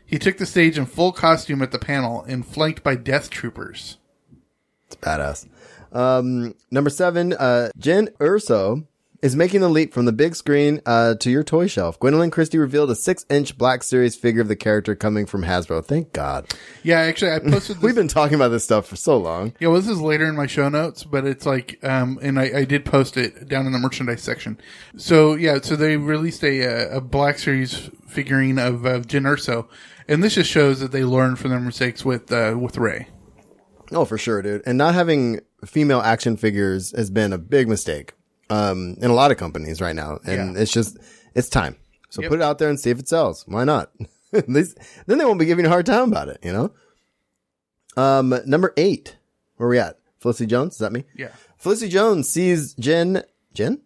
E: he took the stage in full costume at the panel and flanked by Death Troopers.
A: It's badass. Um, number seven, uh, Jen Urso is making the leap from the big screen uh, to your toy shelf. Gwendolyn Christie revealed a six-inch Black Series figure of the character coming from Hasbro. Thank God.
E: Yeah, actually, I posted. This,
A: We've been talking about this stuff for so long.
E: Yeah, well, this is later in my show notes, but it's like, um, and I, I did post it down in the merchandise section. So yeah, so they released a uh, a Black Series figurine of of Jyn Erso, and this just shows that they learned from their mistakes with uh, with Ray.
A: Oh, for sure, dude. And not having female action figures has been a big mistake um, in a lot of companies right now, and
E: Yeah.
A: it's just it's time. So
E: Yep.
A: put it out there and see if it sells. Why not? At least- then they won't be giving you a hard time about it. You know. Um, number eight. Where we at? Felicity Jones. Is that me?
E: Yeah.
A: Felicity Jones sees Jen. Jen.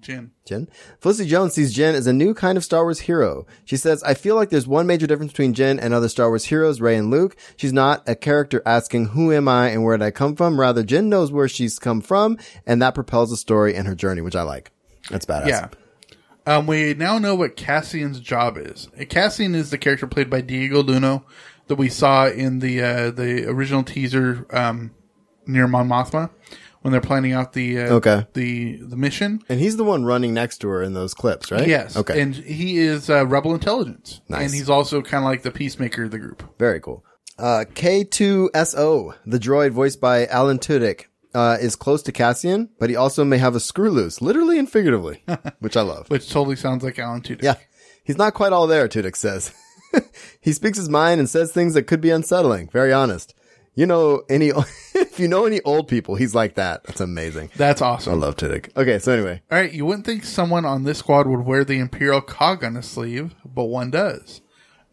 E: Jim.
A: Jen. Felicity Jones sees Jen as a new kind of Star Wars hero. She says, I feel like there's one major difference between Jen and other Star Wars heroes, Ray and Luke. She's not a character asking, who am I and where did I come from? Rather, Jen knows where she's come from and that propels the story and her journey, which I like. That's badass.
E: Yeah. Um, we now know what Cassian's job is. Uh, Cassian is the character played by Diego Luno that we saw in the uh, the original teaser um, near Mon Mothma when they're planning out the uh,
A: Okay.
E: the the mission.
A: And he's the one running next to her in those clips, right?
E: Yes.
A: Okay.
E: And he is uh, Rebel Intelligence.
A: Nice.
E: And he's also kind of like the peacemaker of the group.
A: Very cool. Uh, K2SO, the droid voiced by Alan Tudyk, uh, is close to Cassian, but he also may have a screw loose, literally and figuratively, which I love.
E: Which totally sounds like Alan Tudyk.
A: Yeah. He's not quite all there, Tudyk says. he speaks his mind and says things that could be unsettling. Very honest. You know, any, if you know any old people, he's like that. That's amazing.
E: That's
A: I
E: awesome.
A: love Tudyk. Okay. So anyway,
E: All right, you wouldn't think someone on this squad would wear the Imperial cog on his sleeve, but one does.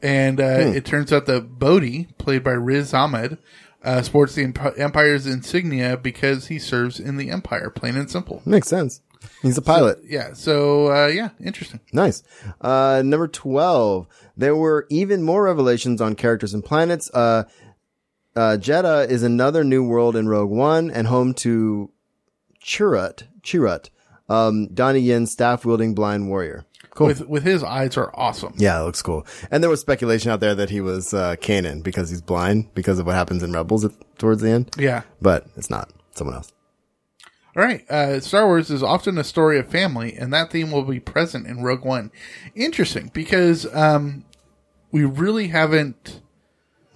E: And uh,
A: Hmm.
E: it turns out that Bodhi, played by Riz Ahmed, uh, sports the Emp- Empire's insignia because he serves in the Empire, plain and simple.
A: makes sense. He's a pilot.
E: Yeah, so uh, yeah, interesting.
A: Nice. Uh, number 12. There were even more revelations on characters and planets. Uh, uh, Jeddah is another new world in Rogue One and home to Chirrut, Chirrut, um, Donnie Yen's staff wielding blind warrior. Cool.
E: With with his eyes are awesome.
A: yeah, it looks cool. And there was speculation out there that he was, uh, canon because he's blind because of what happens in Rebels at, towards the end,
E: Yeah.
A: but it's not someone else.
E: All right. Uh, Star Wars is often a story of family, and that theme will be present in Rogue One. Interesting, because um, we really haven't.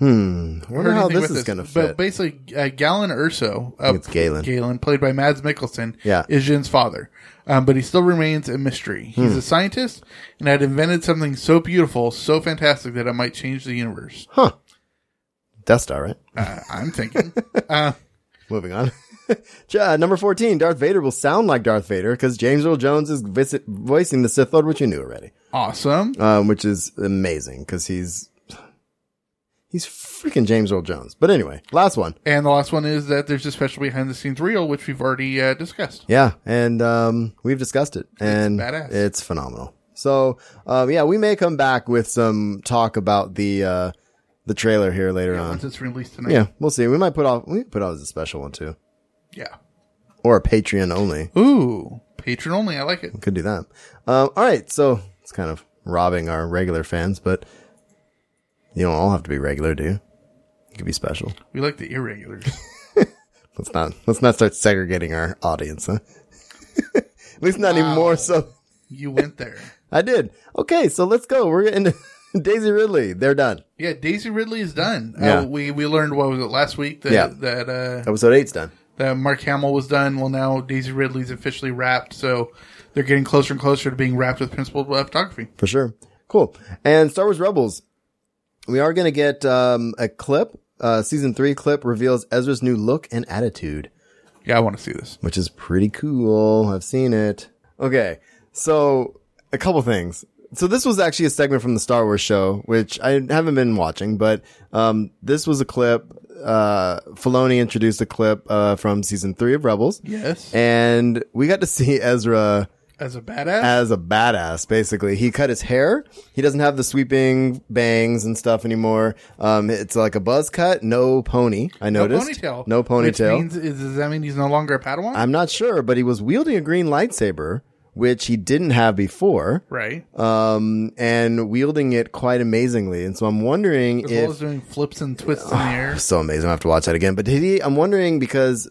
A: I wonder
E: heard
A: how
E: anything
A: this
E: with
A: is going to fit.
E: But basically, uh, Galen Urso, uh,
A: it's Galen.
E: Galen, played by Mads Mikkelsen,
A: Yeah.
E: is Jin's father. Um, but he still remains a mystery. He's
A: Hmm.
E: a scientist and had invented something so beautiful, so fantastic that it might change the universe.
A: Death Star, right?
E: Uh, I'm thinking.
A: Moving on. Ja- Number 14, Darth Vader will sound like Darth Vader because James Earl Jones is vis- voicing the Sith Lord, which you knew already,
E: awesome.
A: um, which is amazing because he's, he's freaking James Earl Jones. But anyway, last one.
E: And the last one is that there's a special behind the scenes reel, which we've already uh, discussed.
A: Yeah. And, um, we've discussed it and
E: badass.
A: it's phenomenal. So, um, yeah, we may come back with some talk about the, uh, the trailer here later on.
E: Once it's released tonight.
A: Yeah. We'll see. We might put off, we might put off as a special one too
E: Yeah.
A: or a Patreon only.
E: Ooh, patron only. I like it.
A: could do that. Um, all right, so it's kind of robbing our regular fans, but you don't all have to be regular, do you? You could be special.
E: We like the irregulars.
A: Let's not let's not start segregating our audience, huh? At least not anymore. So
E: you went there.
A: I did. Okay, so let's go. We're getting Daisy Ridley. They're done.
E: Yeah, Daisy Ridley is done.
A: Yeah.
E: Uh, we we learned what was it last week that
A: Yeah.
E: that uh,
A: Episode eight's done.
E: that Mark Hamill was done. Well, now Daisy Ridley's officially wrapped, so they're getting closer and closer to being wrapped with principled photography.
A: for sure. Cool. And Star Wars Rebels, we are going to get um, a clip. Uh, season three clip reveals Ezra's new look and attitude.
E: Yeah, I want to see this.
A: which is pretty cool. I've seen it. Okay. So a couple things. So this was actually a segment from the Star Wars show, which I haven't been watching, but, um, this was a clip, uh, Filoni introduced a clip, uh, from season three of Rebels.
E: Yes,
A: And we got to see Ezra
E: as a badass.
A: as a badass, basically. He cut his hair. He doesn't have the sweeping bangs and stuff anymore. Um, it's like a buzz cut, no pony. I
E: no
A: noticed.
E: ponytail.
A: No
E: Which
A: ponytail.
E: means, is, does that mean he's no longer a Padawan?
A: I'm not sure, but he was wielding a green lightsaber, which he didn't have before,
E: right.
A: um, and wielding it quite amazingly. And so I'm wondering
E: as
A: if
E: well as doing flips and twists in the air.
A: so amazing. I have to watch that again. But did he? I'm wondering because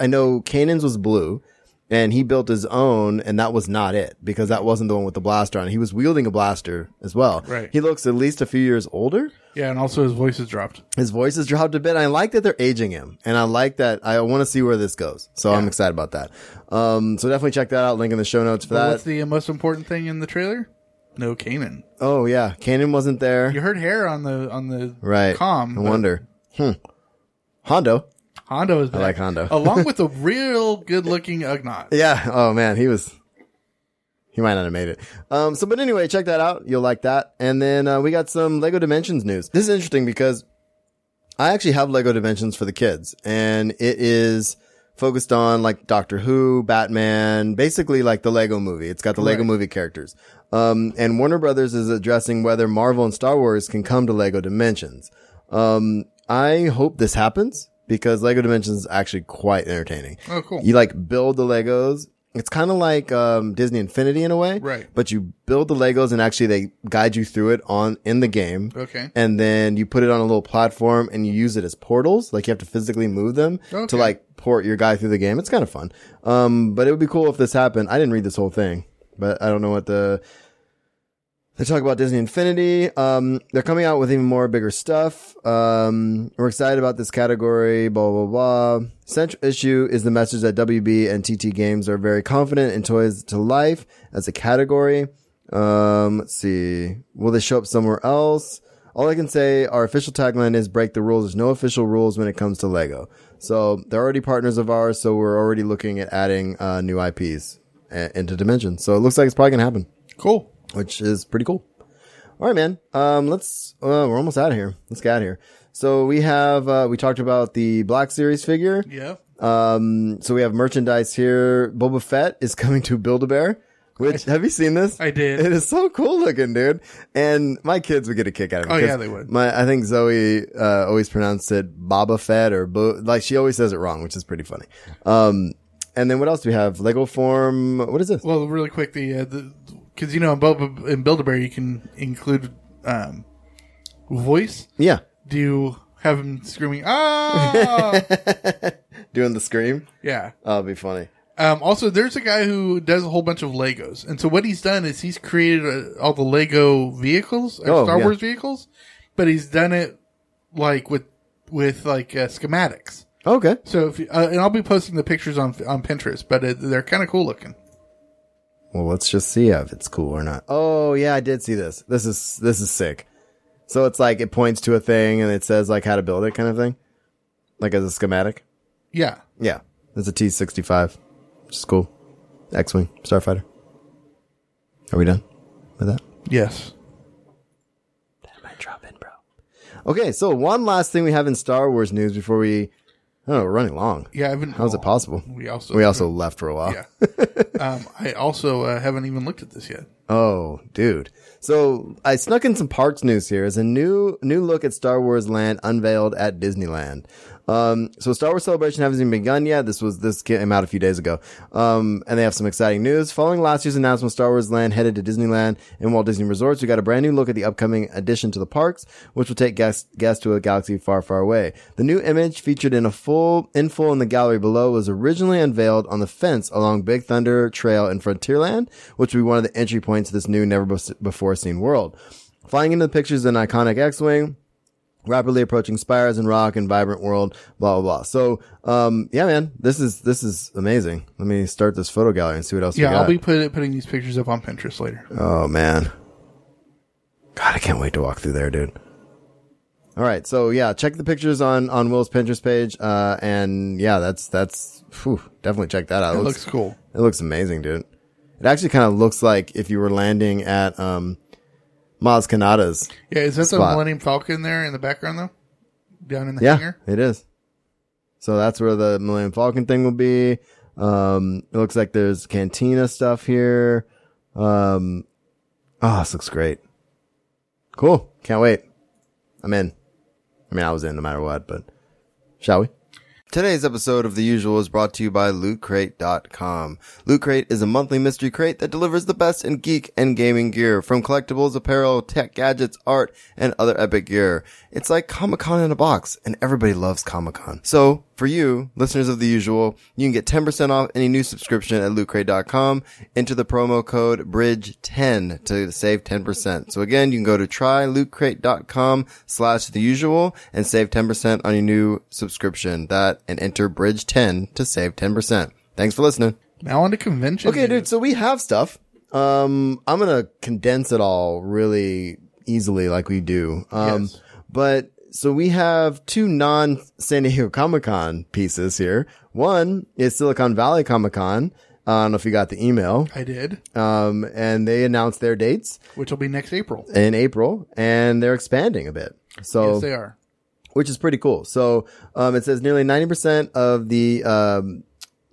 A: I know Kanan's was blue, and he built his own, and that was not it because that wasn't the one with the blaster on. He was wielding a blaster as well.
E: Right.
A: He looks at least a few years older.
E: Yeah, and also his voice is dropped.
A: His voice has dropped a bit. I like that they're aging him, and I like that. I want to see where this goes, so I'm excited about that. Um, so definitely check that out. Link in the show notes for
E: But
A: that.
E: what's the most important thing in the trailer? No Kanan.
A: oh yeah, Kanan wasn't there,
E: You heard hair on the on the
A: right?
E: com.
A: I
E: but
A: wonder. Hmm. Hondo.
E: Hondo is back.
A: like Hondo.
E: along with a real good-looking Ugnaught.
A: Yeah. Oh man, he was. He might not have made it. Um. So, but anyway, check that out. You'll like that. And then uh, we got some Lego Dimensions news. This is interesting because I actually have Lego Dimensions for the kids, and it is focused on like Doctor Who, Batman, basically like the Lego Movie. It's got the Lego Movie characters. Um. And Warner Brothers is addressing whether Marvel and Star Wars can come to Lego Dimensions. Um. I hope this happens because Lego Dimensions is actually quite entertaining.
E: Oh, cool.
A: You like build the Legos. It's kind of like um, Disney Infinity in a way,
E: Right.
A: But you build the Legos and actually they guide you through it on in the game.
E: Okay.
A: and then you put it on a little platform and you use it as portals. Like you have to physically move them
E: Okay.
A: to like port your guy through the game. It's kind of fun. Um, but it would be cool if this happened. I didn't read this whole thing, but I don't know what the they talk about Disney Infinity. Um, they're coming out with even more bigger stuff. Um, we're excited about this category, blah, blah, blah. Central issue is the message that WB and TT Games are very confident in Toys to Life as a category. Um, let's see. Will they show up somewhere else? All I can say, our official tagline is break the rules. There's no official rules when it comes to Lego. So they're already partners of ours. So we're already looking at adding, uh, new IPs uh, into Dimension. So it looks like it's probably going to happen
E: Cool.
A: which is pretty cool. All right, man. Um, let's, uh, we're almost out of here. Let's get out of here. So we have, uh, we talked about the Black Series figure.
E: Yeah.
A: Um, so we have merchandise here. Boba Fett is coming to Build-A-Bear, which have you seen this?
E: I did.
A: It is so cool looking, dude. And my kids would get a kick out of it.
E: Oh,
A: 'cause
E: yeah, they would.
A: My, I think Zoe, uh, always pronounced it Boba Fett or Bo- like she always says it wrong, which is pretty funny. Um, and then what else do we have? Lego form. What is this?
E: Well, really quick, the uh, the because you know in Boba in Build-A-Bear you can include um, voice.
A: yeah.
E: Do you have him screaming? Ah,
A: Doing the scream.
E: yeah.
A: Oh, it'd be funny.
E: Um, also, there's a guy who does a whole bunch of Legos, and so what he's done is he's created uh, all the Lego vehicles, uh,
A: Oh,
E: Star
A: yeah.
E: Wars vehicles, but he's done it like with with like uh, schematics.
A: Okay.
E: So, if, you- uh, and I'll be posting the pictures on on Pinterest, but uh, they're kind of cool looking.
A: Well, let's just see if it's cool or not. Oh yeah, I did see this. This is this is sick. So it's like it points to a thing and it says like how to build it kind of thing, like as a schematic.
E: Yeah,
A: Yeah, it's a T sixty five, which is cool. X wing, starfighter. Are we done with that?
E: yes,
A: Okay, so one last thing we have in Star Wars news before we, I don't know, we're running long.
E: yeah. I haven't. oh,
A: How's it possible?
E: We also
A: We also left for a while.
E: yeah. um, I also uh, haven't even looked at this yet.
A: Oh, dude. So I snuck in some parts news here. It's a new new look at Star Wars Land unveiled at Disneyland. Um, so Star Wars Celebration hasn't even begun yet. This was this came out a few days ago. Um, and they have some exciting news. Following last year's announcement, Star Wars Land headed to Disneyland and Walt Disney Resorts. We got a brand new look at the upcoming addition to the parks, which will take guests guests to a galaxy far, far away. The new image featured in a full in full in the gallery below was originally unveiled on the fence along Big Thunder Trail in Frontierland, which will be one of the entry points to this new never bes- before seen world. Flying into the pictures is an iconic X-wing, rapidly approaching spires and rock and vibrant world, blah blah blah. So, um, yeah, man, this is this is amazing. Let me start this photo gallery and see what else.
E: Yeah,
A: we got.
E: I'll be put, putting these pictures up on Pinterest later.
A: Oh man. God, I can't wait to walk through there, dude. All right, so yeah, check the pictures on on Will's Pinterest page, uh, and yeah, that's that's whew, definitely check that out.
E: it looks cool.
A: It looks amazing, dude. It actually kind of looks like if you were landing at um, Maz Kanata's.
E: Yeah, is that the
A: Spot.
E: Millennium Falcon there in the background though? Down in the
A: Yeah,
E: hangar?
A: it is. So that's where the Millennium Falcon thing will be. Um, it looks like there's Cantina stuff here. Um, oh, this looks great. Cool. Can't wait. I'm in. I mean, I was in no matter what, but shall we? Today's episode of The Usual is brought to you by LootCrate.com. Loot Crate is a monthly mystery crate that delivers the best in geek and gaming gear, from collectibles, apparel, tech gadgets, art, and other epic gear. It's like Comic-Con in a box, and everybody loves Comic-Con. So, for you, listeners of The Usual, you can get 10% off any new subscription at LootCrate.com. Enter the promo code BRIDGE10 to save 10%. So again, you can go to trylootcrate.com slash the usual and save 10% on your new subscription. That and enter BRIDGE10 to save 10%. Thanks for listening.
E: Now on to convention.
A: Okay,
E: news.
A: dude. So we have stuff. Um, I'm gonna condense it all really easily, like we do. Um,
E: Yes.
A: but so we have two non San Diego Comic Con pieces here. One is Silicon Valley Comic Con. Uh, I don't know if you got the email.
E: I did,
A: Um, and they announced their dates
E: which will be next April.
A: in April and they're expanding a bit. So
E: Yes, they are.
A: which is pretty cool. So um, it says nearly 90% of the um,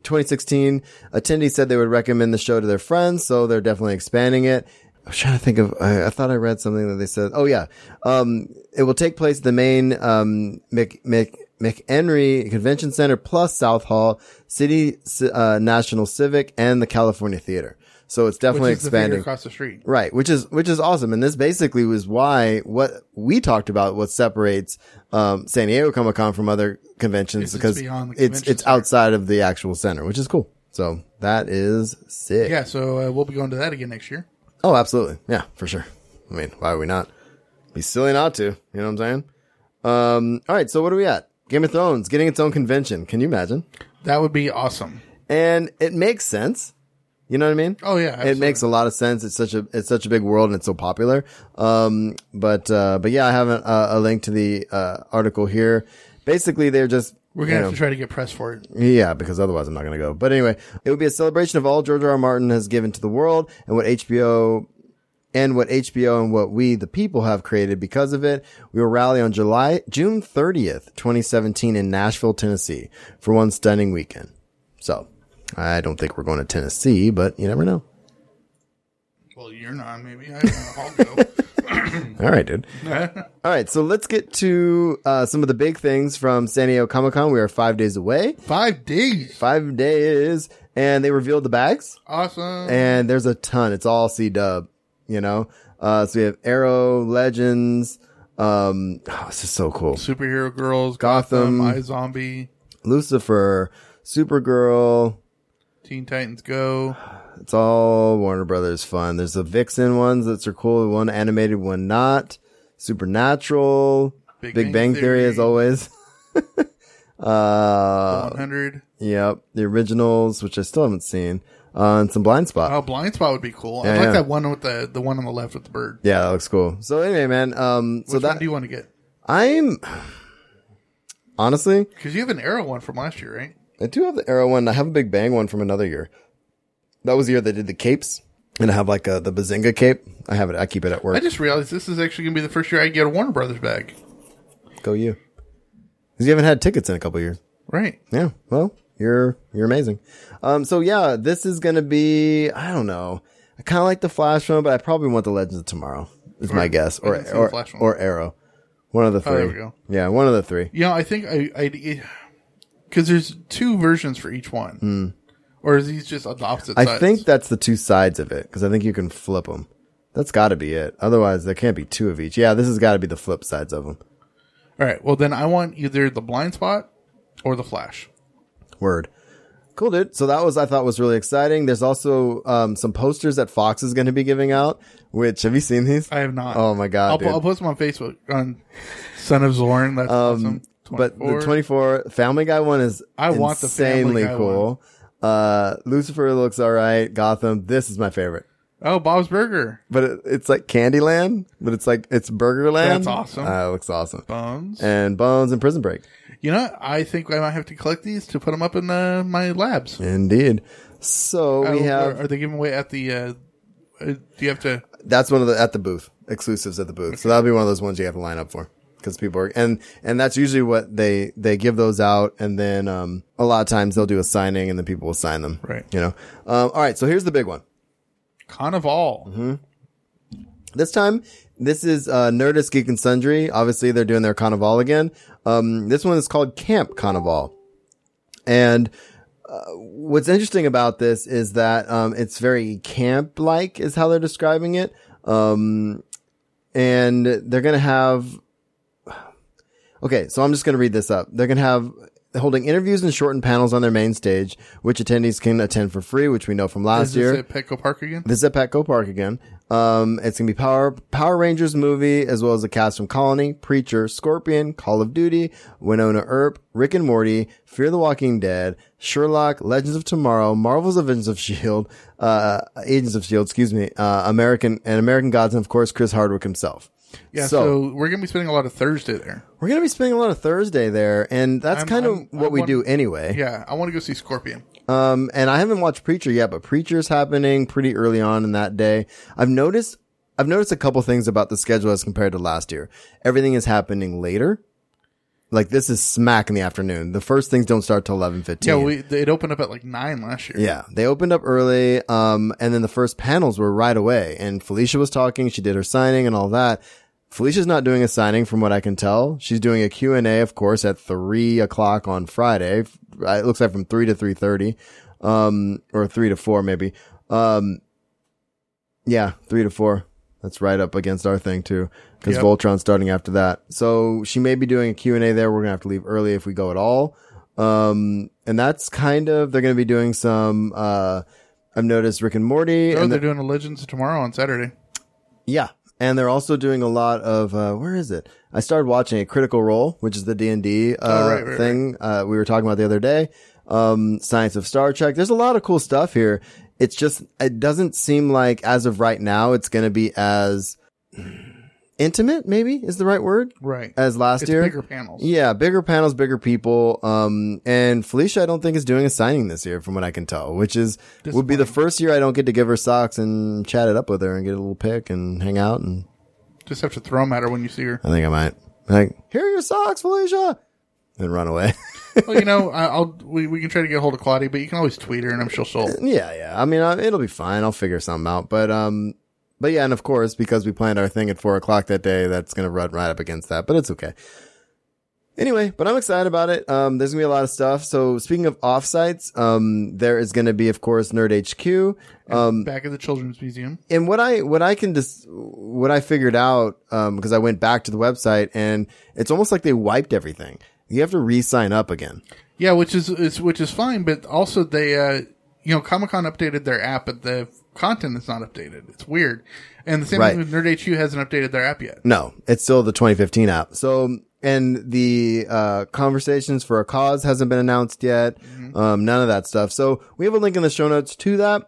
A: 2016 attendees said they would recommend the show to their friends, so they're definitely expanding it. I'm trying to think of. I, I thought I read something that they said. Oh yeah, um, it will take place at the main um, Mc, Mc, McHenry Convention Center plus South Hall, City uh, National Civic, and the California Theater. So it's
E: Which
A: definitely
E: is the theater
A: expanding.
E: across the street.
A: Right, which is which is awesome, and this basically was why what we talked about what separates um, San Diego Comic Con from other conventions
E: Is it's
A: because
E: beyond the
A: it's
E: convention
A: it's
E: center.
A: outside of the actual center, which is cool. So that is sick.
E: Yeah, so uh, we'll be going to that again next year.
A: Oh, absolutely. Yeah, for sure. I mean, why would we not? Be silly not to. You know what I'm saying? Um. All right. So what are we at? Game of Thrones getting its own convention. Can you imagine?
E: That would be awesome.
A: And it makes sense. You know what I mean?
E: Oh yeah,
A: it makes a lot of sense. It's such a it's such a big world and it's so popular. Um, but uh, but yeah, I have a, a link to the uh, article here. Basically, they're just
E: We're gonna
A: you
E: have
A: know,
E: to try to get press for it.
A: yeah, because otherwise I'm not going to go. But anyway, it would be a celebration of all George R. R. Martin has given to the world and what HBO and what HBO and what we the people have created because of it. We will rally on July June 30th, 2017 in Nashville, Tennessee for one stunning weekend. So, I don't think we're going to Tennessee, but you never know.
E: Well, you're not. Maybe I don't know.
A: All right, dude.
E: I'll go.
A: All right, so let's get to uh, some of the big things from San Diego Comic Con. We are five days away,
E: Five days.
A: five days, and they revealed the bags.
E: Awesome.
A: and there's a ton. It's all C Dub, you know. Uh, so we have Arrow, Legends. Um, oh, this is so cool.
E: Superhero girls,
A: Gotham.
E: Gotham, I Zombie,
A: Lucifer, Supergirl.
E: Teen Titans Go.
A: It's all Warner Brothers fun. There's the Vixen ones that are cool. One animated, one not. Supernatural. Big,
E: Big
A: Bang,
E: Bang
A: Theory. as
E: Theory.
A: always. uh,
E: 100.
A: yep. The originals, which I still haven't seen. Uh, and some blind spot.
E: Oh, Blind Spot would be cool.
A: Yeah,
E: I like
A: yeah.
E: that one with the the one on the left with the bird.
A: Yeah, that looks cool. So anyway, man. Um, so
E: Which
A: that
E: one do you want to get?
A: I'm honestly,
E: Because you have an Arrow one from last year, right?
A: I do have the Arrow one. I have a Big Bang one from another year. That was the year they did the capes, and I have like a, the Bazinga cape. I have it. I keep it at work.
E: I just realized this is actually going to be the first year I get a Warner Brothers bag.
A: Go you, because you haven't had tickets in a couple years.
E: Right.
A: Yeah. Well, you're you're amazing. Um. So yeah, this is gonna be. I don't know. I kind of like the Flash one, but I probably want the Legends of Tomorrow. Is my guess,
E: I
A: or
E: didn't see the
A: or,
E: Flash one. Oh,
A: or Arrow, one of the three.
E: there we go.
A: Yeah, one of the three.
E: You know, I think I. I because there's two versions for each one. Or is these just on the opposite
A: Hmm. I
E: sides?
A: think that's the two sides of it because I think you can flip them. That's got to be it. Otherwise, there can't be two of each. Yeah, this has got to be the flip sides of them.
E: All right. Well, then I want either the Blind Spot or the Flash.
A: Word. Cool, dude. So that was I thought was really exciting. There's also um, some posters that Fox is going to be giving out. Which have you seen these?
E: I have not.
A: Oh my god,
E: I'll,
A: dude. Um,
E: po- I'll post them on Facebook on Son of Zorn. That's awesome.
A: but the 24 Family Guy one is
E: I want the
A: insanely
E: Family Guy
A: cool. Uh, Lucifer looks all right. Gotham. This is my favorite.
E: Oh, Bob's Burger.
A: But it, it's like Candyland, but it's like it's Burgerland.
E: That's awesome.
A: Uh, it looks awesome.
E: Bones.
A: And Bones and Prison Break.
E: You know, I think I might have to collect these to put them up in uh, my labs.
A: Indeed. So we
E: Oh,
A: have
E: Are, are they giving away at the? Uh, uh, do you have to?
A: that's one of the at the booth exclusives at the booth. So that'll be one of those ones you have to line up for because people are and and that's usually what they they give those out and then um a lot of times they'll do a signing and then people will sign them.
E: Right.
A: You know. Um, all right. So here's the big one.
E: Con of all.
A: Mm-hmm. This time, this is uh, Nerdist Geek and Sundry. Obviously, they're doing their Carnival again. Um, this one is called Camp Carnival. And uh, what's interesting about this is that um, it's very camp-like, is how they're describing it. Um, and they're going to have Okay, so I'm just going to read this up. They're going to have holding interviews and shortened panels on their main stage, which attendees can attend for free, which we know from last
E: Is
A: year.
E: this at Petco Park again?
A: This is at Petco Park again. Um, it's gonna be Power Power Rangers movie as well as a cast from Colony, Preacher, Scorpion, Call of Duty, Winona Earp, Rick and Morty, Fear the Walking Dead, Sherlock, Legends of Tomorrow, Marvel's Avengers of Shield, E uh, Agents of Shield, excuse me, uh, American and American Gods, and of course Chris Hardwick himself.
E: Yeah, so,
A: So-
E: we're gonna be spending a lot of Thursday there.
A: We're going to be spending a lot of Thursday there, and that's
E: I'm-
A: kind of
E: I'm-
A: what
E: I
A: we
E: want-
A: do anyway.
E: Yeah, I want to go see Scorpion.
A: Um, and I haven't watched Preacher yet, but Preacher's happening pretty early on in that day. I've noticed, I've noticed a couple things about the schedule as compared to last year. Everything is happening later. Like this is smack in the afternoon. The first things don't start till eleven fifteen.
E: Yeah, we it opened up at like nine last year.
A: Yeah, they opened up early, um, and then the first panels were right away. And Felicia was talking; she did her signing and all that. Felicia's not doing a signing, from what I can tell. She's doing a Q and A, of course, at three o'clock on Friday. F- It looks like from three to three thirty, um, or three to four maybe. Um, yeah, three to four. That's right up against our thing too, because
E: Yep.
A: Voltron's starting after that. So she may be doing a Q and A there. We're gonna have to leave early if we go at all. Um, and that's kind of they're gonna be doing some. Uh, I've noticed Rick and Morty,
E: Oh,
A: and
E: they're
A: the-
E: doing a Legends tomorrow on Saturday.
A: yeah, and they're also doing a lot of uh, where is it? I started watching a Critical Role, which is the D and D uh,
E: Oh, right, right,
A: thing Uh, we were talking about the other day. Um, Science of Star Trek. There's a lot of cool stuff here. It's just it doesn't seem like as of right now it's going to be as intimate. Maybe is the right word
E: Right.
A: as last
E: it's
A: year.
E: bigger panels.
A: Yeah, bigger panels, bigger people. Um, and Felicia, I don't think is doing a signing this year, from what I can tell, which is would be the first year I don't get to give her socks and chat it up with her and get a little pic and hang out. And
E: Just have to throw them at her when you see her.
A: I think I might like here are your socks, Felicia, and run away.
E: well, you know, I, I'll we, we can try to get a hold of Claudia, but you can always tweet her, and I'm sure she'll.
A: yeah, yeah. I mean, I, it'll be fine. I'll figure something out. But um, but yeah, and of course because we planned our thing at four o'clock that day, that's gonna run right up against that. But it's okay. Anyway, but I'm excited about it. Um, there's gonna be a lot of stuff. So speaking of offsites, um, there is gonna be, of course, Nerd HQ. Um,
E: back at the Children's Museum.
A: and what I what I can just what I figured out because I went back to the website and it's almost like they wiped everything. You have to re-sign up again.
E: Yeah, which is, is which is fine, but also they, uh, you know, Comic Con updated their app, but the content is not updated. It's weird, and the same
A: Right.
E: thing with NerdHQ hasn't updated their app yet.
A: No, it's still the 2015 app. So, and the uh, conversations for a cause hasn't been announced yet.
E: Mm-hmm.
A: Um, none of that stuff. So we have a link in the show notes to that.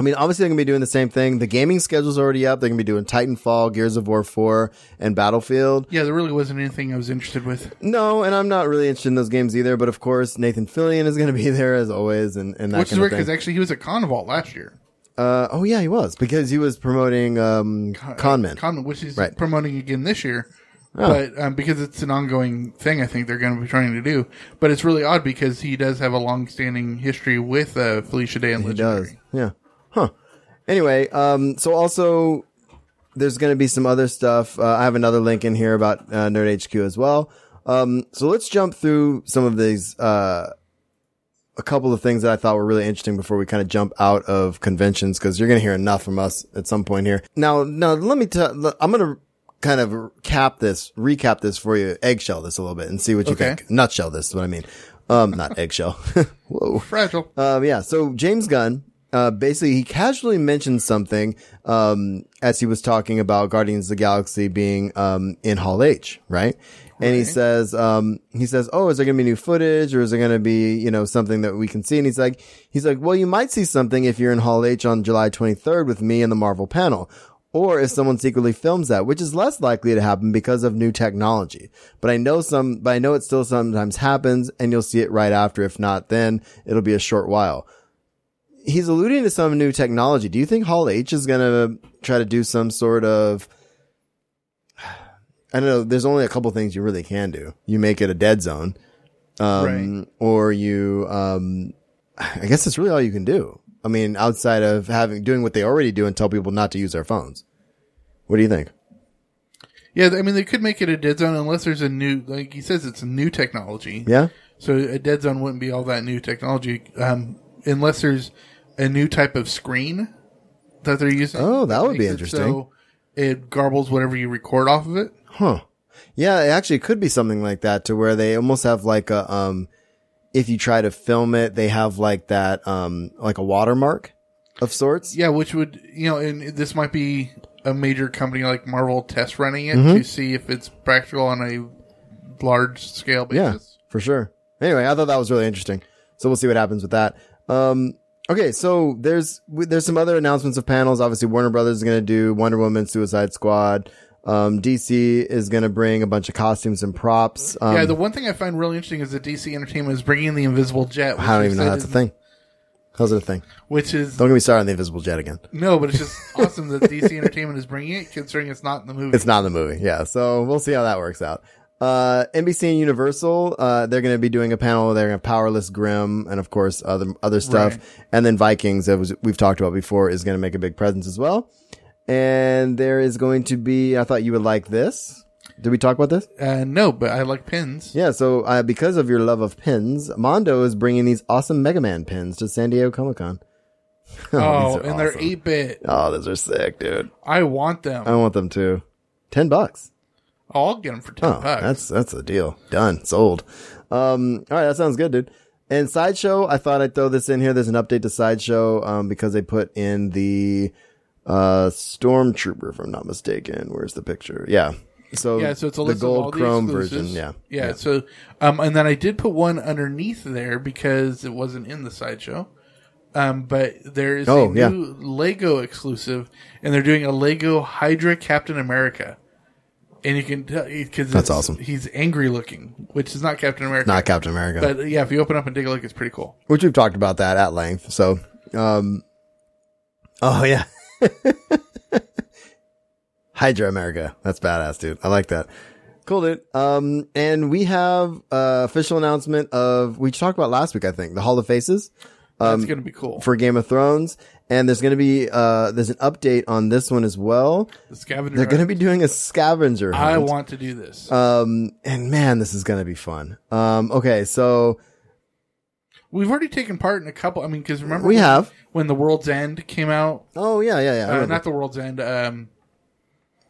A: I mean, obviously they're gonna be doing the same thing. The gaming schedule's already up. They're gonna be doing Titanfall, Gears of War 4, and Battlefield.
E: Yeah, there really wasn't anything I was interested with.
A: No, and I'm not really interested in those games either. But of course, Nathan Fillion is gonna be there as always, and and that
E: Which is
A: kind
E: weird
A: of
E: because
A: thing.
E: actually he was at Convault last year.
A: uh, oh yeah, he was because he was promoting um, Conman.
E: Conman, which he's
A: Right. Oh.
E: promoting again this year. But um, because it's an ongoing thing, I think they're going to be trying to do. But it's really odd because he does have a long-standing history with uh, Felicia Day and
A: He
E: Legendary.
A: does. Yeah. Huh. Anyway, um, so also there's going to be some other stuff. Uh, I have another link in here about uh, Nerd HQ as well. Um, so let's jump through some of these, uh, a couple of things that I thought were really interesting before we kind of jump out of conventions because you're going to hear enough from us at some point here. Now, now let me tell, I'm going to kind of cap this, recap this for you, eggshell this a little bit and see what you
E: Okay.
A: think. Nutshell this is what I mean. Um, not eggshell. Whoa.
E: Fragile.
A: Um, yeah. So James Gunn, uh, basically he casually mentioned something, um, as he was talking about Guardians of the Galaxy being, um, in Hall H, right? And he says, um, he says, Oh, is there going to be new footage or is there going to be, you know, something that we can see? And he's like, he's like, well, you might see something if you're in Hall H on July 23rd with me and the Marvel panel. Or if someone secretly films that, which is less likely to happen because of new technology. But I know some, but I know it still sometimes happens and you'll see it right after. If not, then it'll be a short while he's alluding to some new technology. Do you think Hall H is going to try to do some sort of I don't know, there's only a couple things you really can do. You make it a dead zone. Um or you um I guess that's really all you can do. I mean, outside of having doing what they already do and tell people not to use their phones. What do you think?
E: Yeah, I mean they could make it a dead zone unless there's a new, like he says, it's a new technology.
A: Yeah?
E: So a dead zone wouldn't be all that new technology, um, unless there's a new type of screen that they're using.
A: Oh, that would be
E: makes it
A: interesting.
E: So it garbles whatever you record off of it.
A: Huh. Yeah, it actually could be something like that to where they almost have like a um if you try to film it, they have like that um like a watermark of sorts.
E: Yeah, which would you know, and this might be a major company like Marvel test running it
A: Mm-hmm.
E: to see if it's practical on a large scale
A: Yeah,
E: basis.
A: for sure. Anyway, I thought that was really interesting. So we'll see what happens with that. Um, okay, so there's w- there's some other announcements of panels. Obviously, Warner Brothers is going to do Wonder Woman, Suicide Squad. Um, DC is going to bring a bunch of costumes and props. Um,
E: yeah, the one thing I find really interesting is that DC Entertainment is bringing in the Invisible Jet. which
A: I don't even
E: is-
A: know that's a thing. How's it a thing?
E: Which is
A: Don't get me started on the Invisible Jet again.
E: no, but it's just awesome that DC Entertainment is bringing it, considering it's not in the movie.
A: It's not in the movie. Yeah. So we'll see how that works out. Uh, NBC and Universal, uh, they're going to be doing a panel. They're going to Powerless Grim and of course other, other stuff. And then Vikings, that was, we've talked about before, is going to make a big presence as well. And there is going to be, I thought you would like this. Did we talk about this?
E: Uh, no, but I like pins.
A: Yeah. So, uh, because of your love of pins, Mondo is bringing these awesome Mega Man pins to San Diego Comic Con.
E: oh, and they're eight bit.
A: Oh, those are sick, dude.
E: I want them.
A: I want them too. 10 bucks.
E: I'll get them for ten
A: Oh,
E: bucks.
A: that's that's the deal. Done. Sold. Um, all right, that sounds good, dude. And sideshow, I thought I'd throw this in here. There's an update to sideshow um, because they put in the uh, stormtrooper, if I'm not mistaken. Where's the picture? Yeah. So
E: yeah, so it's a
A: the
E: list of all
A: gold
E: the
A: chrome version.
E: exclusives.
A: Yeah.
E: yeah, So, um, and then I did put one underneath there because it wasn't in the sideshow. Um, but there is
A: Oh,
E: a
A: yeah.
E: new Lego exclusive, and they're doing a Lego Hydra Captain America, and you can tell because
A: That's awesome.
E: He's angry looking, which is not Captain America.
A: Not Captain America,
E: but uh, yeah, if you open up and take a look, it's pretty cool.
A: which we've talked about that at length. So, um, oh yeah, Hydra America. That's badass, dude. I like that. Cool, dude. Um, and we have uh, official announcement of we talked about last week, I think, the Hall of Faces
E: That's gonna be cool.
A: Um, for Game of Thrones. And there's going to be uh, there's an update on this one as well.
E: the scavenger.
A: They're going to
E: hunt.
A: be doing a scavenger hunt.
E: I want to do this.
A: um, and man, this is going to be fun. Um, okay, so
E: We've already taken part in a couple. I mean, because remember
A: We have.
E: when the World's End came out.
A: oh yeah, yeah, yeah. I
E: Uh,
A: remember.
E: not the World's End. Um,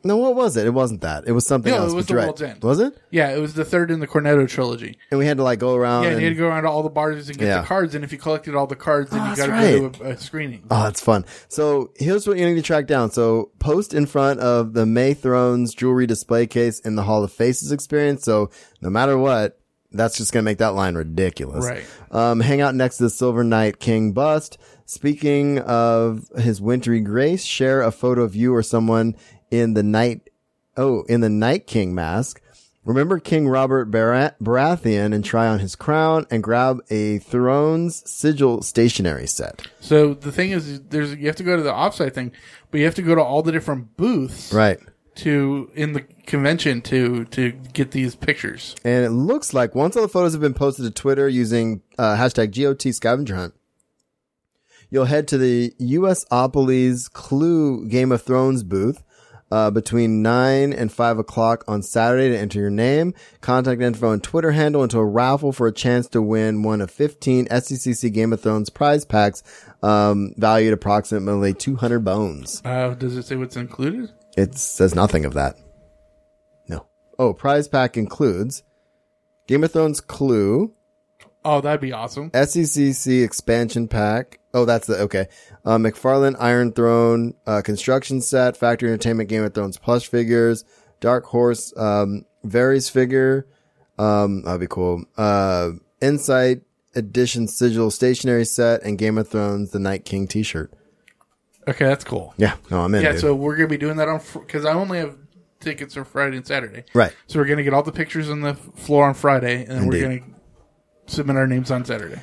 A: No, what was it? It wasn't that. It was something
E: No,
A: else.
E: it was
A: but you're
E: the
A: right.
E: World's End.
A: Was it?
E: Yeah, it was the third in the Cornetto trilogy.
A: And we had to like go around.
E: Yeah,
A: and,
E: you had to go around to all the bars and get
A: Um, Yeah.
E: the cards, and if you collected all the cards, then
A: Oh,
E: you
A: that's
E: got to go to a, a screening.
A: Oh, that's fun. So here's what you need to track down. So post in front of the May Thrones jewelry display case in the Hall of Faces experience. So no matter what, that's just going to make that line ridiculous.
E: Right.
A: Um, hang out next to the Silver Knight King bust. Speaking of his wintry grace, share a photo of you or someone in the night. Oh, in the Night King mask. Remember King Robert Bara- Baratheon and try on his crown and grab a Thrones sigil stationery set.
E: So the thing is, there's you have to go to the offsite thing, but you have to go to all the different booths
A: Right.
E: to in the convention to to get these pictures.
A: And it looks like once all the photos have been posted to Twitter using uh, hashtag GOT scavenger hunt, you'll head to the USopolis Clue Game of Thrones booth. Uh, between 9 and 5 o'clock on Saturday to enter your name, contact info and Twitter handle into a raffle for a chance to win one of 15 SCCC Game of Thrones prize packs, um, valued approximately 200 bones.
E: Uh, does it say what's included?
A: It says nothing of that. No. Oh, prize pack includes Game of Thrones Clue,
E: Oh, that'd be awesome.
A: SECC expansion pack. Oh, that's the okay. Uh, McFarlane Iron Throne uh, construction set, Factory Entertainment Game of Thrones plush figures, Dark Horse um, Varys figure. Um, that'd be cool. Uh, Insight Edition Sigil stationery set and Game of Thrones The Night King T-shirt.
E: Okay, that's cool.
A: Yeah, no, I'm in.
E: Yeah,
A: dude.
E: so we're gonna be doing that on because I only have tickets for Friday and Saturday.
A: right.
E: So we're gonna get all the pictures on the f- floor on Friday, and then we're
A: Indeed.
E: gonna submit our names on Saturday.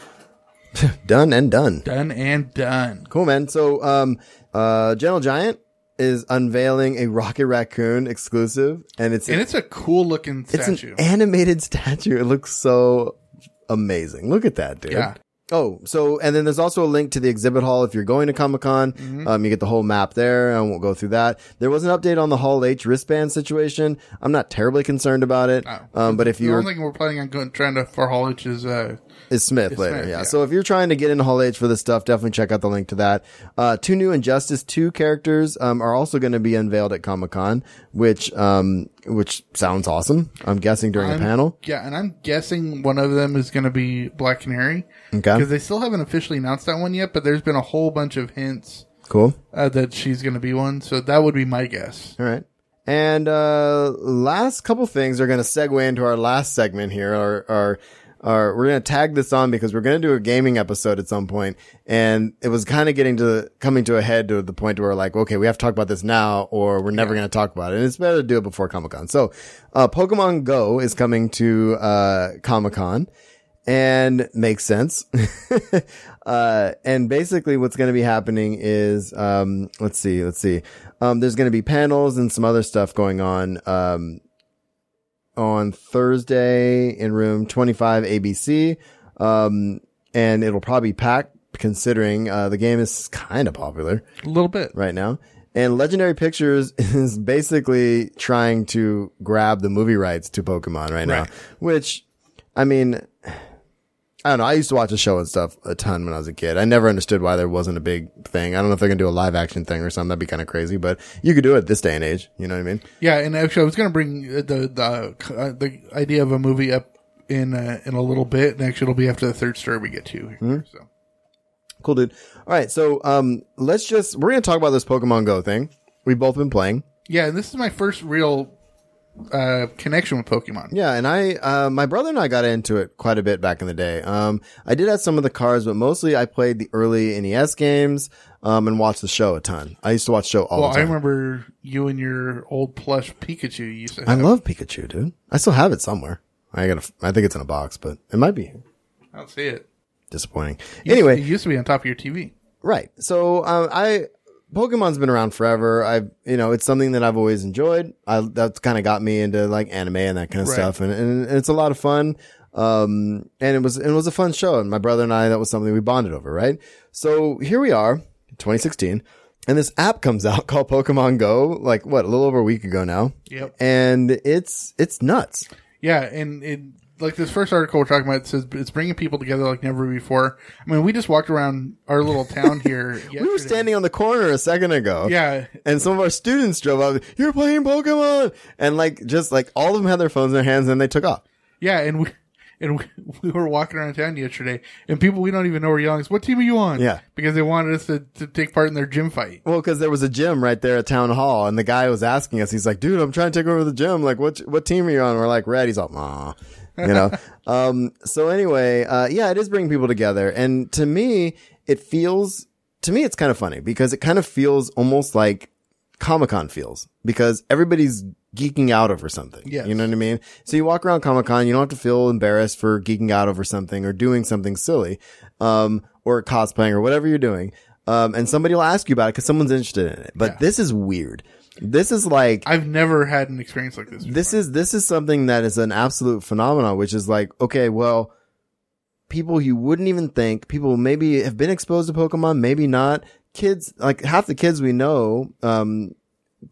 A: Done and done.
E: Done and done.
A: Cool, man. So, um, uh, Gentle Giant is unveiling a Rocket Raccoon exclusive, and it's
E: And it's a cool looking
A: it's
E: statue.
A: an animated statue. It looks so amazing. Look at that, dude.
E: Yeah.
A: Oh, so and then there's also a link to the exhibit hall if you're going to Comic Con.
E: Mm-hmm.
A: Um, you get the whole map there. I won't go through that. There was an update on the Hall H wristband situation. I'm not terribly concerned about it. Um, but if
E: the
A: you're
E: only thing we're planning on going trying to for Hall H is uh,
A: is Smith
E: Is
A: later.
E: Smith,
A: yeah.
E: yeah.
A: So if you're trying to get into Hall H for this stuff, definitely check out the link to that. Uh, two new Injustice 2 characters, um, are also going to be unveiled at Comic Con, which, um, which sounds awesome. I'm guessing during
E: I'm-
A: the panel.
E: Yeah, and I'm guessing one of them is going to be Black Canary
A: Okay.
E: because they still haven't officially announced that one yet. But there's been a whole bunch of hints
A: Cool.
E: uh, that she's going to be one. So that would be my guess.
A: All right. And, uh, last couple things are going to segue into our last segment here, our, our, are we're gonna tag this on because we're gonna do a gaming episode at some point, and it was kind of getting to coming to a head to the point where like, okay, we have to talk about this now, or we're never gonna talk about it, and it's better to do it before Comic Con. So, uh, Pokemon Go is coming to uh, Comic Con and makes sense. uh, and basically what's going to be happening is, um, let's see, let's see. Um, there's going to be panels and some other stuff going on, um, on Thursday in room 25 ABC. Um, and it'll probably be packed considering, uh, the game is kind of popular
E: A little bit.
A: right now. And Legendary Pictures is basically trying to grab the movie rights to Pokemon right now,
E: Right.
A: which, I mean, I don't know. I used to watch the show and stuff a ton when I was a kid. I never understood why there wasn't a big thing. I don't know if they're going to do a live action thing or something. That'd be kind of crazy, but you could do it this day and age. You know what I mean?
E: Yeah, and actually, I was going to bring uh, the the uh, the idea of a movie up in uh, in a little bit, and actually, it'll be after the third story we get to.
A: Hmm.
E: So
A: Cool, dude. All right. So, um, let's just, we're going to talk about this Pokemon Go thing. We've both been playing.
E: yeah, and this is my first real uh, connection with Pokemon.
A: Yeah, and I, uh, my brother and I got into it quite a bit back in the day. Um, I did have some of the cards, but mostly I played the early NES games, um, and watched the show a ton. I used to watch the show all
E: Well,
A: the
E: Oh, I
A: time.
E: remember you and your old plush Pikachu you used to
A: I
E: have.
A: love Pikachu, dude. I still have it somewhere. I gotta, I think it's in a box, but it might be here.
E: I don't see it.
A: Disappointing.
E: It used-
A: Anyway,
E: it used to be on top of your TV.
A: Right. So um, I Pokemon's been around forever. I you know it's something that I've always enjoyed. I that's kind of got me into like anime and that kind of
E: Right.
A: stuff, and, and it's a lot of fun. Um, and it was it was a fun show, and my brother and I that was something we bonded over, right? So here we are, 2016, and this app comes out called Pokemon Go, like what a little over a week ago now.
E: Yep.
A: And it's it's nuts.
E: Yeah, and it like this first article we're talking about it says it's bringing people together like never before. I mean, we just walked around our little town here.
A: We were standing on the corner a second ago.
E: Yeah,
A: and some of our students drove up. You're playing Pokemon, and like just like all of them had their phones in their hands, and they took off.
E: Yeah, and we and we, we were walking around town yesterday, and people we don't even know were yelling, "What team are you on?"
A: Yeah.
E: because they wanted us to, to take part in their gym fight.
A: Well, because there was a gym right there at town hall, and the guy was asking us. He's like, "Dude, I'm trying to take over the gym. Like, what what team are you on?" we're like, "Red." He's like, "Aw." You know, um, so anyway, uh, yeah, it is bringing people together. And to me, it feels, to me, it's kind of funny because it kind of feels almost like Comic Con feels because everybody's geeking out over something.
E: Yes.
A: You know what I mean? So you walk around Comic Con, you don't have to feel embarrassed for geeking out over something or doing something silly, um, or cosplaying or whatever you're doing. Um, and somebody will ask you about it because someone's interested in it. But this is weird. This is like,
E: I've never had an experience like this.
A: this is this is something that is an absolute phenomenon, which is like, okay, well, people you wouldn't even think, people maybe have been exposed to Pokemon, maybe not. Kids, like half the kids we know, um,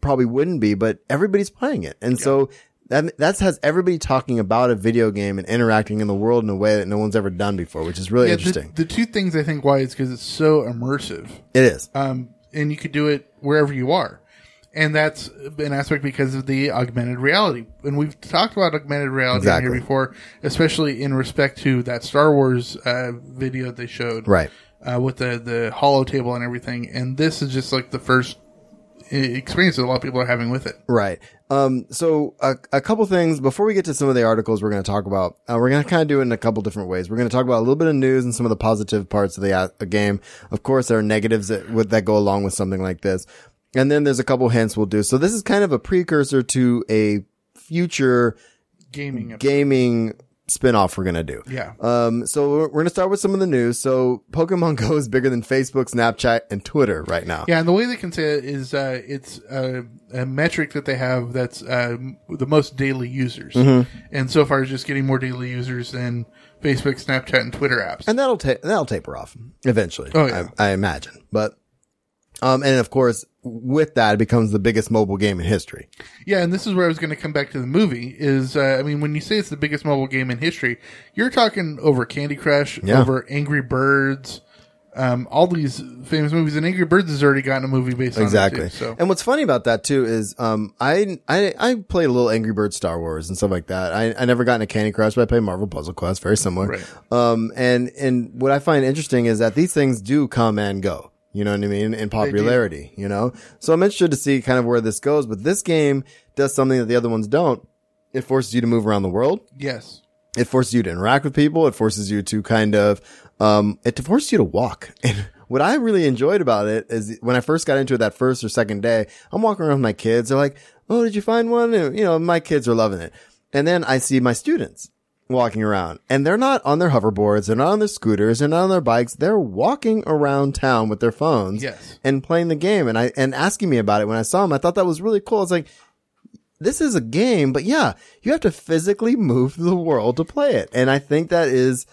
A: probably wouldn't be, but everybody's playing it, and so that that has everybody talking about a video game and interacting in the world in a way that no one's ever done before, which is really
E: Yeah, the,
A: interesting.
E: the two things I think why is because it's so immersive,
A: it is.
E: um, and you could do it wherever you are, and that's an aspect because of the augmented reality. And we've talked about augmented reality in
A: Exactly.
E: here before, especially in respect to that Star Wars uh, video they showed,
A: Right.
E: uh, with the the hollow table and everything. And this is just like the first uh, experience that a lot of people are having with it.
A: Right. Um, so a, a couple things before we get to some of the articles we're going to talk about, uh, we're going to kind of do it in a couple different ways. We're going to talk about a little bit of news and some of the positive parts of the uh, game. Of course, there are negatives that, would that go along with something like this. And then there's a couple hints we'll do. So this is kind of a precursor to a future
E: Gaming. app.
A: gaming spinoff we're going to do.
E: Yeah.
A: Um, so we're, we're going to start with some of the news. So Pokemon Go is bigger than Facebook, Snapchat, and Twitter right now.
E: Yeah, and the way they can say it is uh, it's uh, a metric that they have that's uh, m- the most daily users,
A: Mm-hmm.
E: and so far it's just getting more daily users than Facebook, Snapchat, and Twitter apps.
A: and that'll ta- that'll taper off eventually.
E: Oh, yeah.
A: I, I imagine. But um, and of course, with that, it becomes the biggest mobile game in history.
E: Yeah, and this is where I was going to come back to the movie. Is uh, I mean, when you say it's the biggest mobile game in history, you're talking over Candy Crush,
A: Yeah.
E: over Angry Birds, um, all these famous movies. And Angry Birds has already gotten a movie based on
A: Exactly.
E: it too, so
A: And what's funny about that too is, um, I, I, I played a little Angry Bird Star Wars and stuff like that. I, I never got into Candy Crush, but I played Marvel Puzzle Quest, very similar.
E: Right.
A: Um, and, and what I find interesting is that these things do come and go. You know what I mean? In popularity, you know? So I'm interested to see kind of where this goes, but this game does something that the other ones don't. It forces you to move around the world.
E: yes,
A: It forces you to interact with people. It forces you to kind of, um, it forces you to walk. And what I really enjoyed about it is when I first got into it that first or second day, I'm walking around with my kids. They're like, Oh, did you find one? And, you know, my kids are loving it. And then I see my students walking around and they're not on their hoverboards. They're not on their scooters. They're not on their bikes. They're walking around town with their phones
E: Yes.
A: and playing the game. And I, and asking me about it when I saw them, I thought that was really cool. It's like, this is a game, but yeah, you have to physically move the world to play it. And I think that is,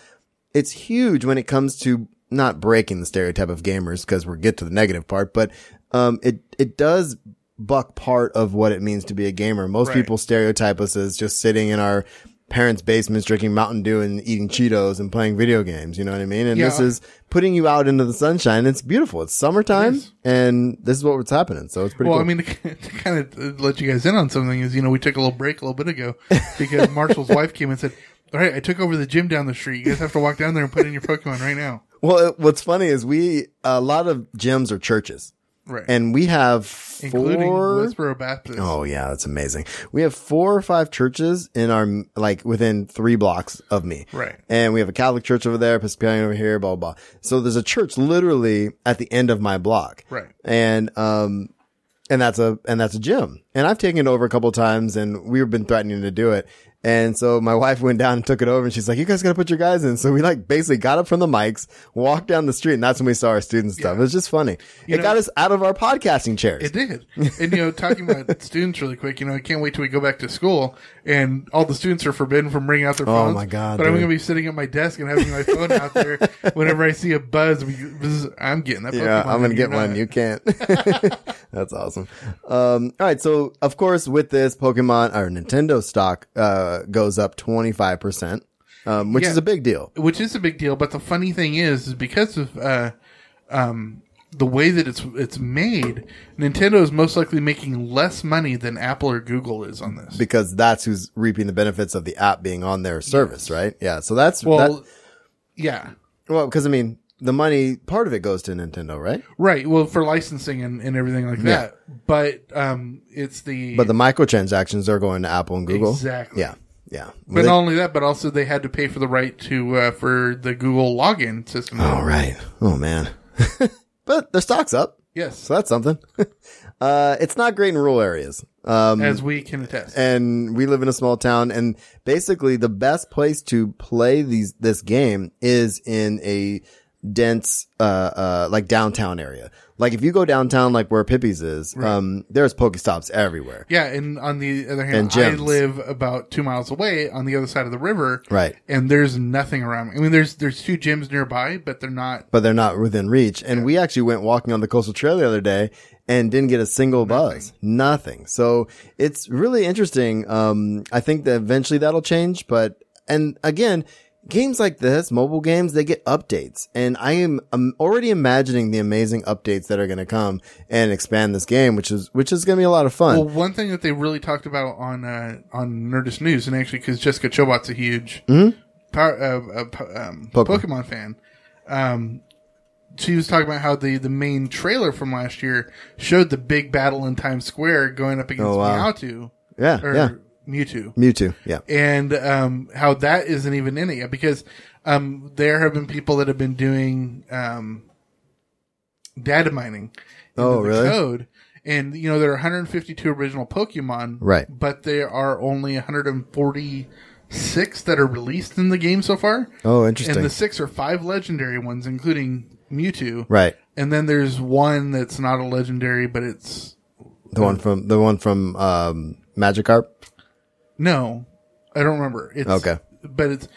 A: it's huge when it comes to not breaking the stereotype of gamers because we'll get to the negative part, but, um, it, it does buck part of what it means to be a gamer. Most
E: Right.
A: people stereotype us as just sitting in our parents' basements drinking Mountain Dew and eating Cheetos and playing video games. You know what I mean? And this
E: Yeah.
A: is putting you out into the sunshine. It's beautiful. It's summertime
E: It is.
A: and this is what's happening. So it's pretty
E: Well,
A: cool.
E: I mean, to, kind of let you guys in on something is, you know, we took a little break a little bit ago because Marshall's wife came and said, "All right, I took over the gym down the street. You guys have to walk down there and put in your Pokemon right now."
A: Well, it- what's funny is we a lot of gyms are churches,
E: Right,
A: and we have four.
E: including Westboro Baptist.
A: oh yeah, that's amazing. We have four or five churches in our like within three blocks of me.
E: Right.
A: and we have a Catholic church over there, Episcopalian over here, blah blah. blah. So there's a church literally at the end of my block.
E: Right.
A: and um, and that's a and that's a gym. And I've taken it over a couple of times, and we've been threatening to do it. And so my wife went down and took it over, and she's like, "You guys gotta put your guys in." So we like basically got up from the mics, walked down the street, and that's when we saw our student stuff. It was just funny. it
E: know-
A: got us out of our podcasting chairs.
E: It did. And, you know, talking about students really quick, you know, I can't wait till we go back to school and all the students are forbidden from bringing out their phones.
A: Oh my God,
E: But I'm
A: dude.
E: going to be sitting at my desk and having my phone out there whenever I see a buzz. we- buzz, I'm getting that.
A: yeah, I'm
E: Pokemon
A: gonna
E: and you're
A: get one.
E: not.
A: You can't. That's awesome. Um, all right. So of course, with this Pokemon or Nintendo stock, uh, goes up 25%, um, which
E: Yeah.
A: is a big deal.
E: which is a big deal. But the funny thing is, is because of uh, um, the way that it's it's made, Nintendo is most likely making less money than Apple or Google is on this.
A: because that's who's reaping the benefits of the app being on their service, right? Yeah. So that's
E: well,
A: that,
E: yeah,
A: well, because I mean, the money part of it goes to Nintendo, right?
E: right. Well, for licensing and, and everything like that. But um, it's the
A: But the microtransactions are going to Apple and Google.
E: Exactly.
A: Yeah. Yeah.
E: But
A: They-
E: not only that, but also they had to pay for the right to uh, for the Google login system.
A: all right. Oh man. but their stock's up,
E: Yes,
A: so that's something. uh, it's not great in rural areas. Um,
E: as we can attest.
A: and we live in a small town and basically the best place to play these this game is in a dense uh uh like downtown area like if you go downtown like where pippi's is um there's pokestops everywhere
E: Yeah, and on the other
A: And
E: hand, I
A: gyms.
E: live about two miles away on the other side of the river.
A: Right.
E: And there's nothing around me. I mean, there's there's two gyms nearby, but they're not.
A: but they're not within reach and we actually went walking on the coastal trail the other day and didn't get a single buzz nothing so it's really interesting um i think that eventually that'll change but and again games like this mobile games they get updates and i am I'm already imagining the amazing updates that are going to come and expand this game which is which is going to be a lot of fun
E: Well, one thing that they really talked about on uh, on Nerdist News, and actually, because Jessica Chobot's a huge
A: Mm-hmm.
E: power, uh, uh, po- um,
A: Pokemon.
E: Pokemon. fan, um, she was talking about how the, the main trailer from last year showed the big battle in Times Square going up against
A: Oh, wow.
E: Mewtwo.
A: Yeah,
E: Or
A: yeah.
E: Mewtwo.
A: mewtwo yeah
E: and um, how that isn't even in it yet because um, there have been people that have been doing um, data mining. into
A: Oh,
E: the
A: really?
E: Code, and you know there are 152 original Pokemon,
A: Right.
E: But there are only 146 that are released in the game so far.
A: oh interesting
E: and the six are five legendary ones, including Mewtwo,
A: right
E: And then there's one that's not a legendary, but it's uh,
A: the one from the one from um magikarp
E: No, I don't remember. It's,
A: Okay.
E: but it's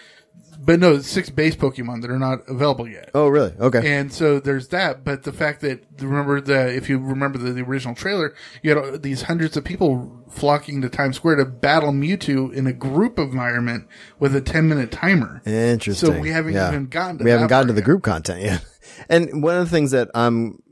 E: but no, it's six base Pokemon that are not available yet.
A: oh really okay
E: And so there's that, but the fact that remember the if you remember the, the original trailer, you had all these hundreds of people flocking to Times Square to battle Mewtwo in a group environment with a 10 minute timer.
A: Interesting.
E: So we haven't even gotten to
A: we haven't
E: that
A: gotten to
E: part
A: the
E: yet.
A: group content yet. And one of the things that I'm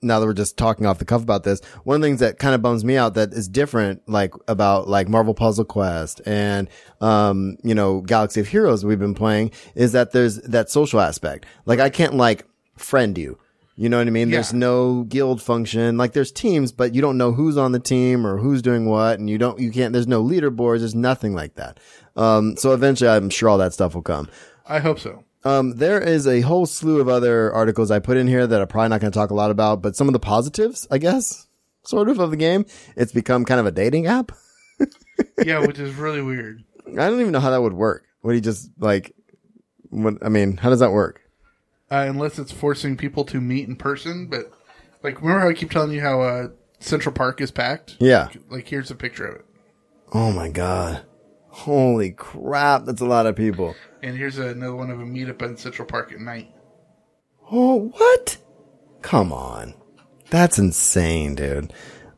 A: now that we're just talking off the cuff about this, one of the things that kind of bums me out that is different, like about like Marvel Puzzle Quest and um you know Galaxy of Heroes we've been playing is that there's that social aspect. Like I can't like friend you. You know what I mean?
E: Yeah.
A: There's no guild function. Like there's teams, but you don't know who's on the team or who's doing what, and you don't you can't. There's no leaderboards. There's nothing like that. Um, so eventually, I'm sure all that stuff will come.
E: I hope so.
A: Um, there is a whole slew of other articles I put in here that I'm probably not going to talk a lot about, but some of the positives, I guess, sort of of the game, it's become kind of a dating app.
E: Yeah, which is really weird.
A: I don't even know how that would work. Would he just like, what, I mean, how does that work?
E: Uh, unless it's forcing people to meet in person, but like remember how I keep telling you how uh, Central Park is packed?
A: Yeah.
E: Like here's a picture of it.
A: Oh my God. Holy crap. That's a lot of people.
E: And here's another one of a meetup in Central Park at night.
A: Oh, what? Come on. That's insane, dude.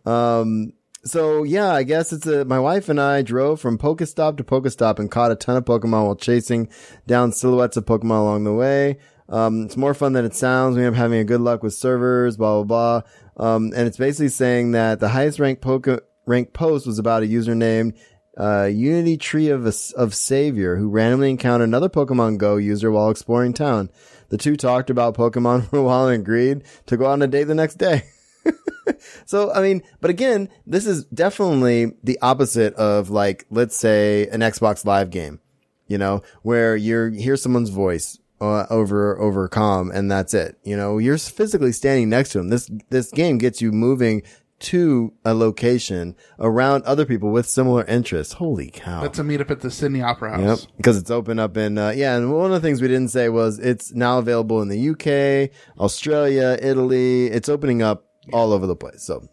A: Um, so yeah, I guess it's a, my wife and I drove from Pokestop to Pokestop and caught a ton of Pokemon while chasing down silhouettes of Pokemon along the way. Um, it's more fun than it sounds. We end up having a good luck with servers, blah, blah, blah. Um, and it's basically saying that the highest ranked poke, ranked post was about a user named uh, Unity Tree of, of Savior, who randomly encountered another Pokemon Go user while exploring town. The two talked about Pokemon for a while and agreed to go on a date the next day. so, I mean, but again, this is definitely the opposite of like, let's say an Xbox Live game, you know, where you're, hear someone's voice. Uh, over over com and that's it you know you're physically standing next to them this this game gets you moving to a location around other people with similar interests holy cow
E: That's a meetup at the Sydney Opera
A: Yep,
E: House.
A: because it's open up in uh, yeah, and one of the things we didn't say was it's now available in the UK, Australia, Italy. It's opening up all over the place. So,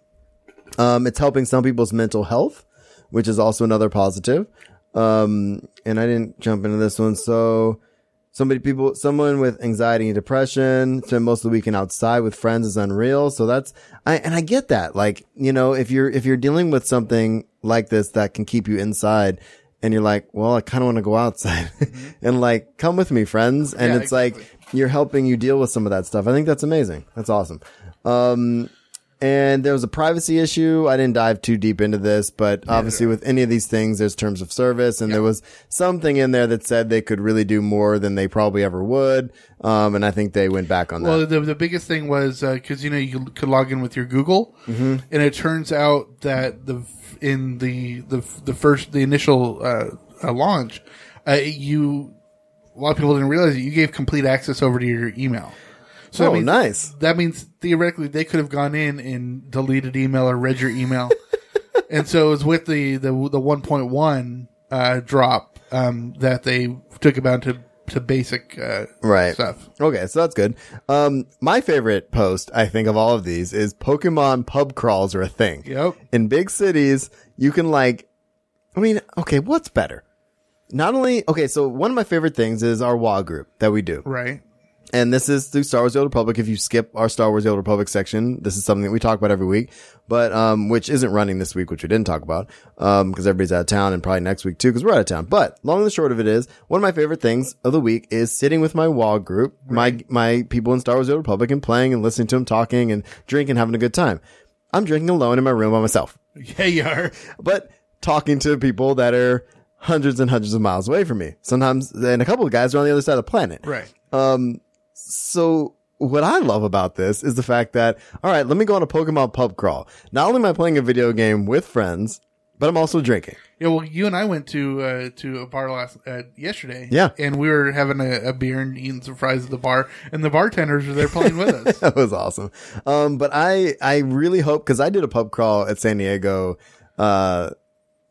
A: um, it's helping some people's mental health, which is also another positive. Um, and I didn't jump into this one, so somebody people someone with anxiety and depression spend most of the weekend outside with friends is unreal so that's i and i get that like you know if you're if you're dealing with something like this that can keep you inside and you're like well i kind of want to go outside and like come with me friends and
E: Yeah,
A: it's like you're helping you deal with some of that stuff i think that's amazing that's awesome um and there was a privacy issue. I didn't dive too deep into this, but obviously with any of these things, there's terms of service and there was something in there that said they could really do more than they probably ever would. Um, and I think they went back on that.
E: Well, the, the biggest thing was because you know you could log in with your Google,
A: Mm-hmm.
E: and it turns out that the in the the the first the initial uh, uh, launch, uh, you a lot of people didn't realize that you gave complete access over to your email. So
A: Oh, nice.
E: That means theoretically they could have gone in and deleted email or read your email, and so it was with the the the one point one uh, drop um, that they took about to to basic uh,
A: Right.
E: stuff.
A: Okay, so that's good. Um, my favorite post, I think, of all of these is Pokemon pub crawls are a thing.
E: Yep.
A: In big cities, you can like, I mean, okay, what's better? Not only, okay, so one of my favorite things is our WA group that we do.
E: Right.
A: and this is through Star Wars: The Old Republic. If you skip our Star Wars: The Old Republic section, this is something that we talk about every week, but um, which isn't running this week, which we didn't talk about, um, because everybody's out of town, and probably next week too, because we're out of town. But long and short of it is, one of my favorite things of the week is sitting with my WoW group, my my people in Star Wars: The Old Republic, and playing and listening to them talking and drinking, having a good time. I'm drinking alone in my room by myself
E: Yeah, you are.
A: but talking to people that are hundreds and hundreds of miles away from me. Sometimes, and a couple of guys are on the other side of the planet.
E: Right.
A: Um, so what I love about this is the fact that, all right, let me go on a Pokemon pub crawl. Not only am I playing a video game with friends, but I'm also drinking.
E: Yeah, well, you and I went to uh, to a bar last uh, yesterday.
A: Yeah.
E: and we were having a, a beer and eating some fries at the bar, and the bartenders were there playing with us.
A: that was awesome. Um, but I, I really hope, cause I did a pub crawl at San Diego, uh,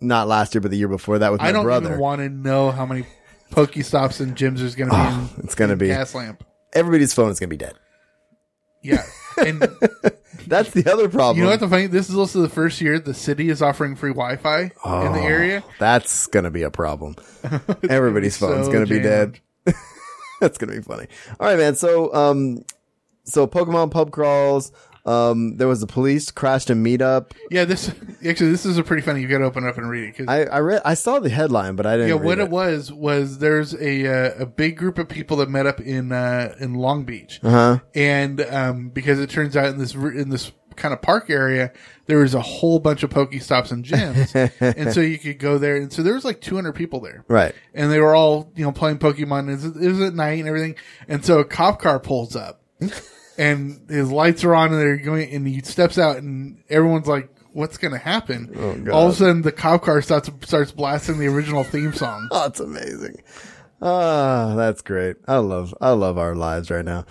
A: not last year, but the year before that with my
E: I don't
A: brother.
E: even want to know how many Pokestops and gyms there's going to be. in,
A: it's gonna
E: in
A: Ah, be-
E: Gaslamp.
A: Everybody's phone is going to be dead.
E: Yeah, and
A: That's the other problem.
E: you know what the funny? This is also the first year the city is offering free Wi-Fi
A: Oh.
E: in the area.
A: That's gonna be a problem. Everybody's phone's
E: so
A: gonna be
E: jammed.
A: dead. That's gonna be funny. All right, man. So, um, so Pokemon pub crawls. Um, there was the police crashed a meetup.
E: Yeah, this actually this is a pretty funny. You got to open up and read it because
A: I I read I saw the headline, but I didn't.
E: yeah,
A: read
E: what
A: it.
E: it was was there's a uh, a big group of people that met up in uh, in Long Beach,
A: Uh-huh.
E: and um, because it turns out in this r- in this kind of park area there was a whole bunch of stops and gyms, and so you could go there, and so there was like 200 people there,
A: Right.
E: And they were all you know playing Pokemon. It was, it was at night and everything, and so a cop car pulls up, and his lights are on, and they're going, and he steps out, and everyone's like, what's going to happen? All of a sudden, the cop car starts starts blasting the original theme song.
A: Oh, it's amazing. Ah, that's great. I love, I love our lives right now.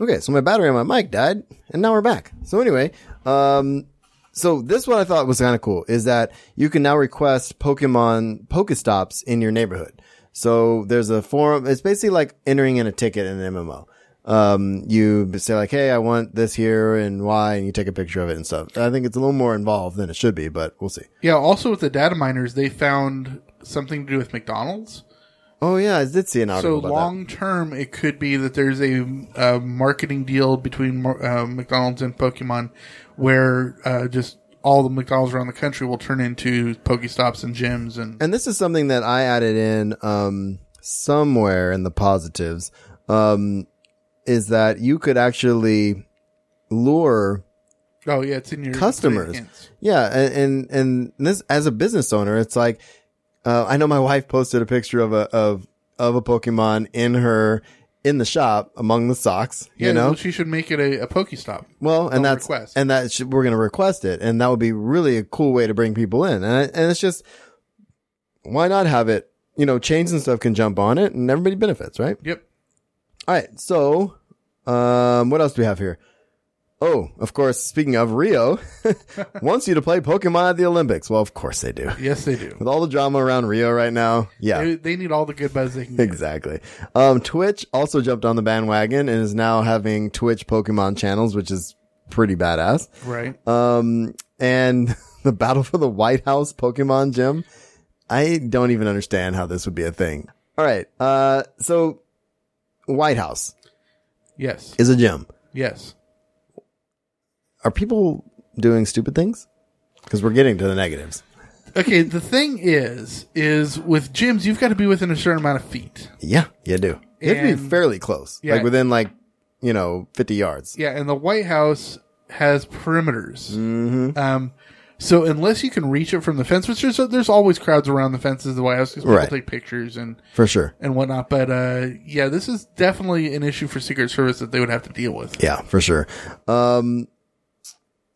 A: Okay, so my battery on my mic died, and now we're back. So anyway, um, so this what I thought was kind of cool is that you can now request Pokemon Pokestops in your neighborhood. So there's a forum. It's basically like entering in a ticket in an MMO. Um, you say like, "Hey, I want this here and why," and you take a picture of it and stuff. I think it's a little more involved than it should be, but we'll see.
E: Yeah. Also, with the data miners, they found something to do with McDonald's.
A: Oh yeah, I did see an article.
E: So
A: about that.
E: long term, it could be that there's a, uh marketing deal between mar- uh, McDonald's and Pokemon, where uh, just all the McDonald's around the country will turn into Pokestops and gyms, and
A: and this is something that I added in um, somewhere in the positives um, is that you could actually lure
E: oh yeah, it's in your
A: customers.
E: hints.
A: Yeah, and, and and this as a business owner, it's like uh, I know my wife posted a picture of a of of a Pokemon in her in the shop among the socks.
E: Yeah,
A: you know,
E: well, she should make it a, a Pokestop.
A: Well, and that's
E: request.
A: and that should, we're going to request it, and that would be really a cool way to bring people in. And I, and it's just why not have it? You know, chains and stuff can jump on it, and everybody benefits, right?
E: Yep.
A: All right. So, um, what else do we have here? Oh, of course. Speaking of Rio, wants you to play Pokemon at the Olympics. Well, of course they do.
E: Yes, they do.
A: With all the drama around Rio right now, yeah,
E: They, they need all the good buzz they can get.
A: Exactly. Um, Twitch also jumped on the bandwagon and is now having Twitch Pokemon channels, which is pretty badass.
E: Right.
A: Um, and the battle for the White House Pokemon gym. I don't even understand how this would be a thing. All right. Uh, so White House
E: yes.
A: is a gym.
E: Yes.
A: Are people doing stupid things? Cause we're getting to the negatives.
E: Okay. The thing is, is with gyms, you've got to be within a certain amount of feet.
A: Yeah, you do. You have to be
E: And-
A: fairly close,
E: Yeah.
A: like within like, you know, 50 yards.
E: Yeah, and the White House has perimeters. Mm-hmm. Um, so unless you can reach it from the fence, which there's, there's always crowds around the fences of the White House because people
A: Right.
E: take pictures and
A: For sure.
E: and whatnot. But uh, yeah, this is definitely an issue for Secret Service that they would have to deal with.
A: Yeah, for sure. Um,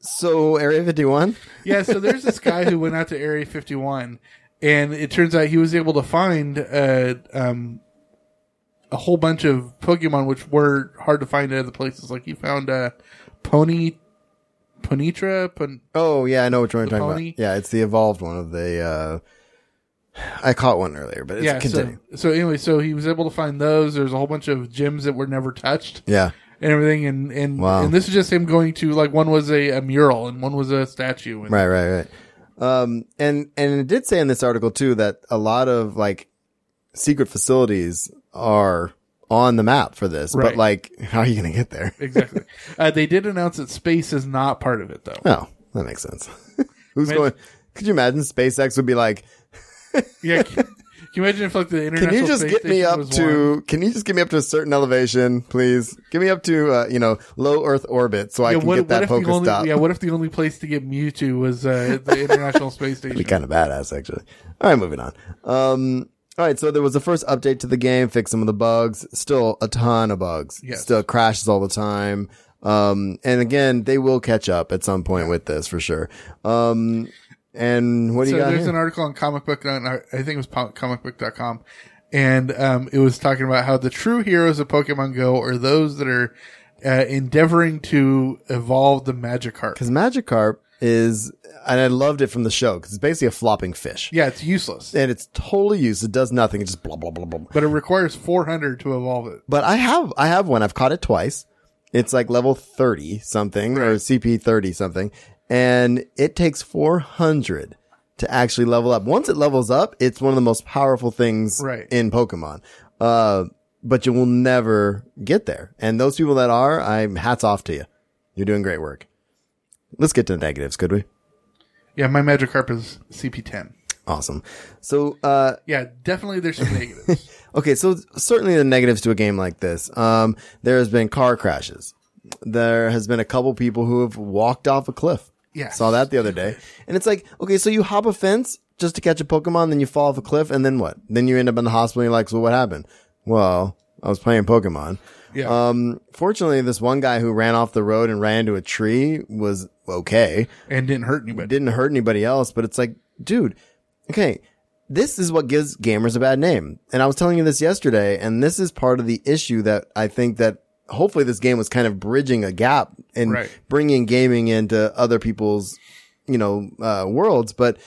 A: so Area 51?
E: yeah, so there's this guy who went out to Area 51, and it turns out he was able to find uh, um, a whole bunch of Pokemon which were hard to find in other places. Like he found uh, Pony, Ponitra, Pon-
A: Oh yeah, I know which one you're
E: The
A: talking
E: pony?
A: about. Yeah, it's the evolved one of the. uh I caught one earlier, but it's
E: yeah.
A: continue.
E: So, so anyway, so he was able to find those. There's a whole bunch of gems that were never touched
A: yeah,
E: and everything. And and
A: Wow.
E: and this is just him going to like one was a, a mural and one was a statue. And,
A: right, right, right. Um, and and it did say in this article too that a lot of like secret facilities are on the map for this, but
E: Right.
A: like, how are you going to get there?
E: Exactly. uh, they did announce that space is not part of it though.
A: Oh, that makes sense. Who's
E: Ma-
A: going? Could you imagine SpaceX would be like,
E: Yeah. Can, can you imagine if like the international
A: can you just
E: Space
A: get me
E: Station
A: up
E: was
A: to
E: one?
A: can you just get me up to a certain elevation please get me up to uh, you know low earth orbit so i
E: yeah,
A: can
E: what,
A: get that
E: what if the
A: focus
E: only
A: stop
E: yeah? What if the only place to get Mewtwo was uh, the International Space Station?
A: be kind of badass actually. All right, moving on. Um, all right, so there was the first update to the game, fixed some of the bugs. Still a ton of bugs.
E: Yes.
A: Still crashes all the time. Um, and again, they will catch up at some point with this for sure. Um, and what do
E: so
A: you got?
E: there's
A: here?
E: an article on comic book on- I think it was po- comicbook.com and um, it was talking about how the true heroes of Pokemon Go are those that are uh, endeavoring to evolve the Magikarp.
A: Because Magikarp is, and I loved it from the show because it's basically a flopping fish,
E: Yeah, it's useless,
A: and it's totally used. It does nothing. It just blah blah blah blah. blah.
E: but it requires 400 to evolve it.
A: but I have I have one. I've caught it twice. It's like level thirty something or CP thirty something, and it takes four hundred to actually level up. Once it levels up, it's one of the most powerful things
E: Right.
A: in Pokemon. Uh, but you will never get there. And those people that are, I'm hats off to you. You're doing great work. Let's get to the negatives, could we?
E: Yeah, my Magikarp is CP10.
A: Awesome. So, uh,
E: Yeah, definitely there's some negatives.
A: Okay, so certainly the negatives to a game like this. Um, there has been car crashes. There has been a couple people who have walked off a cliff.
E: Yes.
A: Saw that the other day. And it's like, okay, so you hop a fence just to catch a Pokemon, then you fall off a cliff, and then what? Then you end up in the hospital and you're like, so what happened? Well, I was playing Pokemon.
E: Yeah.
A: Um, fortunately, this one guy who ran off the road and ran into a tree was okay.
E: and didn't hurt anybody.
A: It didn't hurt anybody else, but it's like, dude, okay, this is what gives gamers a bad name. And I was telling you this yesterday, and this is part of the issue that I think that hopefully this game was kind of bridging a gap and
E: Right.
A: bringing gaming into other people's, you know, uh, worlds. But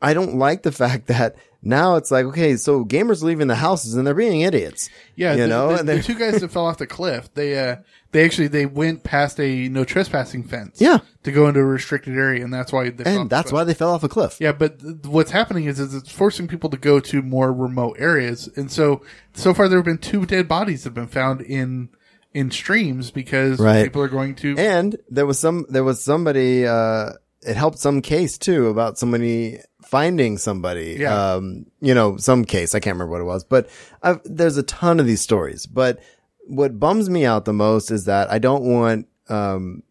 A: I don't like the fact that now it's like, okay, so gamers leaving the houses and they're being idiots.
E: Yeah,
A: You
E: the,
A: know,
E: the-
A: and
E: the
A: they-
E: two guys that fell off the cliff. They uh, they actually they went past a no trespassing fence.
A: Yeah.
E: to go into a restricted area, and that's why they fell off
A: And
E: the
A: that's
E: cliff.
A: why they fell off a cliff.
E: Yeah, but th- what's happening is, is it's forcing people to go to more remote areas, and so so far there have been two dead bodies that have been found in in streams because
A: Right.
E: people are going to
A: And there was some, there was somebody, uh, it helped some case too about somebody finding somebody.
E: Yeah.
A: Um, you know, some case, I can't remember what it was, but I've, there's a ton of these stories. But what bums me out the most is that I don't want, um,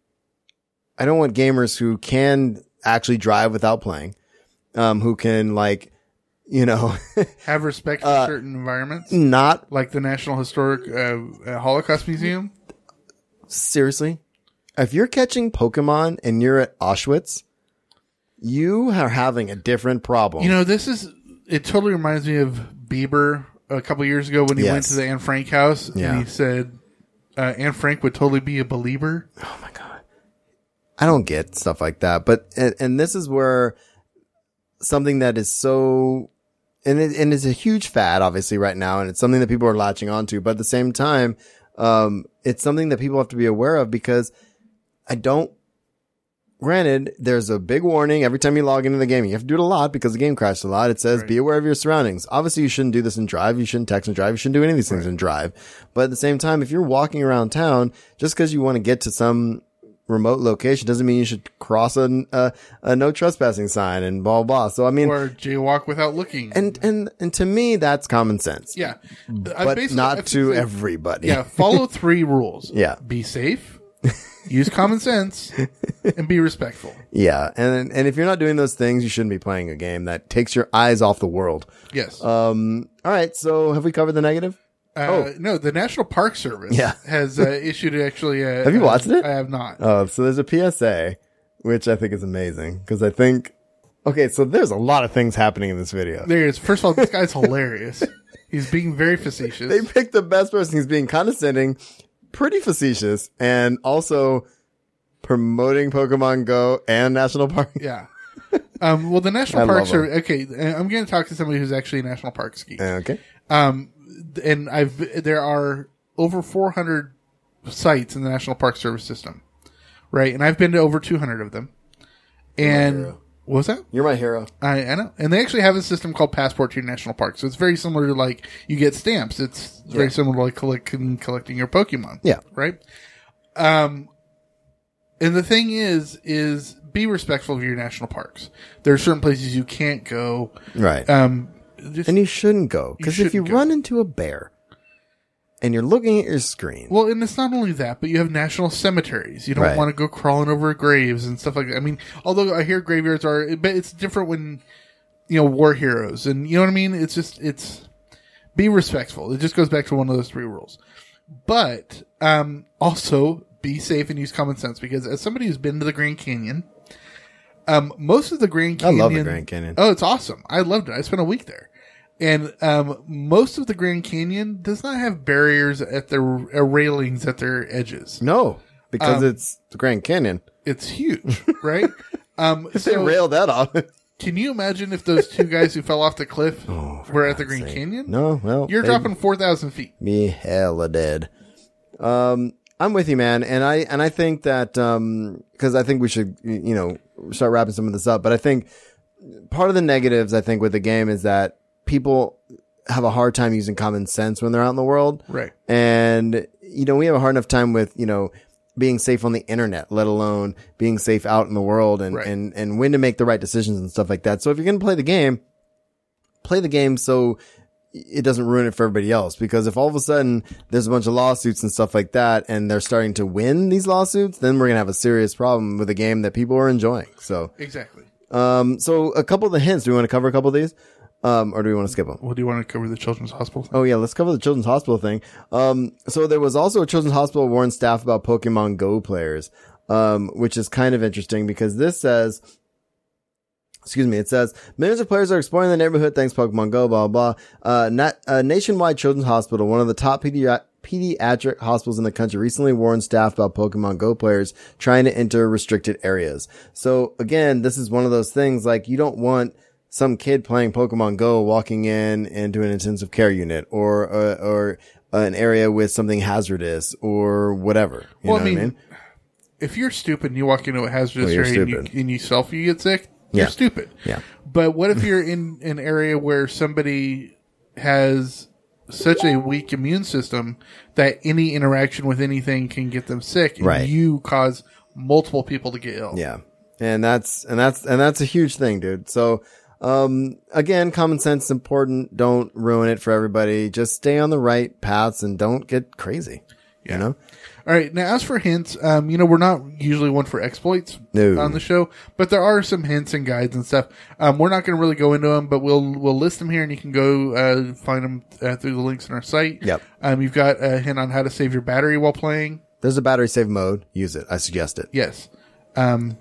A: I don't want gamers who can actually drive without playing, um, who can like, you know,
E: have respect for
A: uh,
E: certain environments,
A: not
E: like the National Historic uh, uh, Holocaust Museum.
A: seriously, if you're catching Pokemon and you're at Auschwitz, you are having a different problem.
E: You know, this is it. Totally reminds me of Bieber a couple years ago when he went
A: Yes.
E: to the Anne Frank house
A: Yeah.
E: and he said uh, Anne Frank would totally be a believer.
A: I don't get stuff like that, but and, and this is where something that is so and it, and it's a huge fad, obviously, right now, and it's something that people are latching onto. But at the same time, um, it's something that people have to be aware of because I don't. Granted, there's a big warning every time you log into the game. You have to do it a lot because the game crashes a lot. It says be aware of your surroundings. Obviously, you shouldn't do this in drive. You shouldn't text and drive. You shouldn't do any of these things in drive. But at the same time, if you're walking around town, just because you want to get to some remote location doesn't mean you should cross a, a, a no trespassing sign and blah blah. So I mean,
E: or jaywalk without looking.
A: and and and to me that's common sense
E: yeah,
A: but not to
E: every.
A: everybody
E: Yeah, follow three rules.
A: Yeah.
E: Be safe, use common sense, and be respectful.
A: yeah and and if you're not doing those things you shouldn't be playing a game that takes your eyes off the world
E: Yes.
A: um all right so have we covered the negative
E: uh, no, the National Park Service
A: oh. Yeah.
E: has uh, issued actually a.
A: Have you
E: a-
A: watched it?
E: I have not.
A: uh so there's a psa which i think is amazing because i think okay so there's a lot of things happening in this video
E: there he is. First of all, this guy's hilarious. He's being very facetious.
A: they picked the best person who's being condescending pretty facetious and also promoting pokemon go and national park
E: yeah. Um, well, the National
A: I
E: Park
A: love
E: Service. Okay, uh, I'm going to talk to somebody who's actually a National Park ski.
A: okay
E: Um, and I've there are over 400 sites in the National Park Service system, right? And I've been to over 200 of them. And what was that?
A: you're my hero
E: I, I know. And they actually have a system called Passport to your National Park. So it's very similar to like you get stamps. It's very similar to like collecting, collecting your Pokemon.
A: Yeah.
E: Right. Um, and the thing is, is be respectful of your national parks. There are certain places you can't go.
A: right
E: Um, just-
A: And you shouldn't go. Because if you
E: shouldn't go.
A: run into a bear and you're looking at your screen,
E: Well, and it's not only that, but you have national cemeteries. You don't
A: Right.
E: want to go crawling over graves and stuff like that. I mean, although I hear graveyards are, but it's different when you know war heroes and you know what I mean. It's just it's be respectful. It just goes back to one of those three rules. But um, also be safe and use common sense because as somebody who's been to the Grand Canyon, um, most of the Grand
A: I
E: Canyon,
A: love the Grand Canyon.
E: Oh, it's awesome! I loved it. I spent a week there, and um, most of the Grand Canyon does not have barriers at their uh, railings at their edges.
A: no, because it's the Grand Canyon.
E: It's huge, right? um,
A: They
E: so
A: rail that off.
E: can you imagine if those two guys who fell off the cliff
A: Oh,
E: were at the Grand Canyon?
A: no, well,
E: You're
A: they-
E: dropping four thousand feet.
A: me hella dead. Um, I'm with you, man, and I and I think that um, because I think we should y- you know start wrapping some of this up. But I think part of the negatives I think with the game is that people have a hard time using common sense when they're out in the world,
E: Right.
A: And you know we have a hard enough time with you know being safe on the internet, let alone being safe out in the world, and
E: Right.
A: and and when to make the right decisions and stuff like that. So if you're gonna play the game, play the game so it doesn't ruin it for everybody else because if all of a sudden there's a bunch of lawsuits and stuff like that and they're starting to win these lawsuits then we're going to have a serious problem with a game that people are enjoying so
E: Exactly.
A: um so a couple of the hints do we want to cover a couple of these um, or do we want to skip them?
E: Well, do you want to cover the children's hospital? Thing?
A: Oh yeah, let's cover the children's hospital thing. Um, so there was also a children's hospital warned staff about Pokemon Go players, um, which is kind of interesting because this says, excuse me, it says millions of players are exploring the neighborhood thanks to Pokemon Go, blah blah. blah. Uh, nat- uh, nationwide children's hospital, one of the top pediatric Pediatric hospitals in the country recently warned staff about Pokemon Go players trying to enter restricted areas. So again, this is one of those things like you don't want some kid playing Pokemon Go walking in into an intensive care unit or uh, or an area with something hazardous or whatever. You
E: Well,
A: know
E: I mean,
A: what I mean?
E: If you're stupid and you walk into a hazardous
A: Well, you're
E: area and
A: stupid.
E: you, and you selfie, you get sick.
A: Yeah.
E: You're stupid.
A: Yeah.
E: But what if you're in an area where somebody has such a weak immune system that any interaction with anything can get them sick, and
A: Right.
E: you cause multiple people to get ill?
A: Yeah. And that's and that's and that's a huge thing, dude. So um again, common sense is important. Don't ruin it for everybody. Just stay on the right paths and don't get crazy. You know?
E: All right. Now, as for hints, um, you know, we're not usually one for exploits
A: No.
E: on the show, but there are some hints and guides and stuff. Um, we're not going to really go into them, but we'll we'll list them here, and you can go uh, find them uh, through the links in our site.
A: Yep.
E: Um, you've got a hint on how to save your battery while playing.
A: There's a battery save mode. Use it. I suggest it.
E: Yes. Um,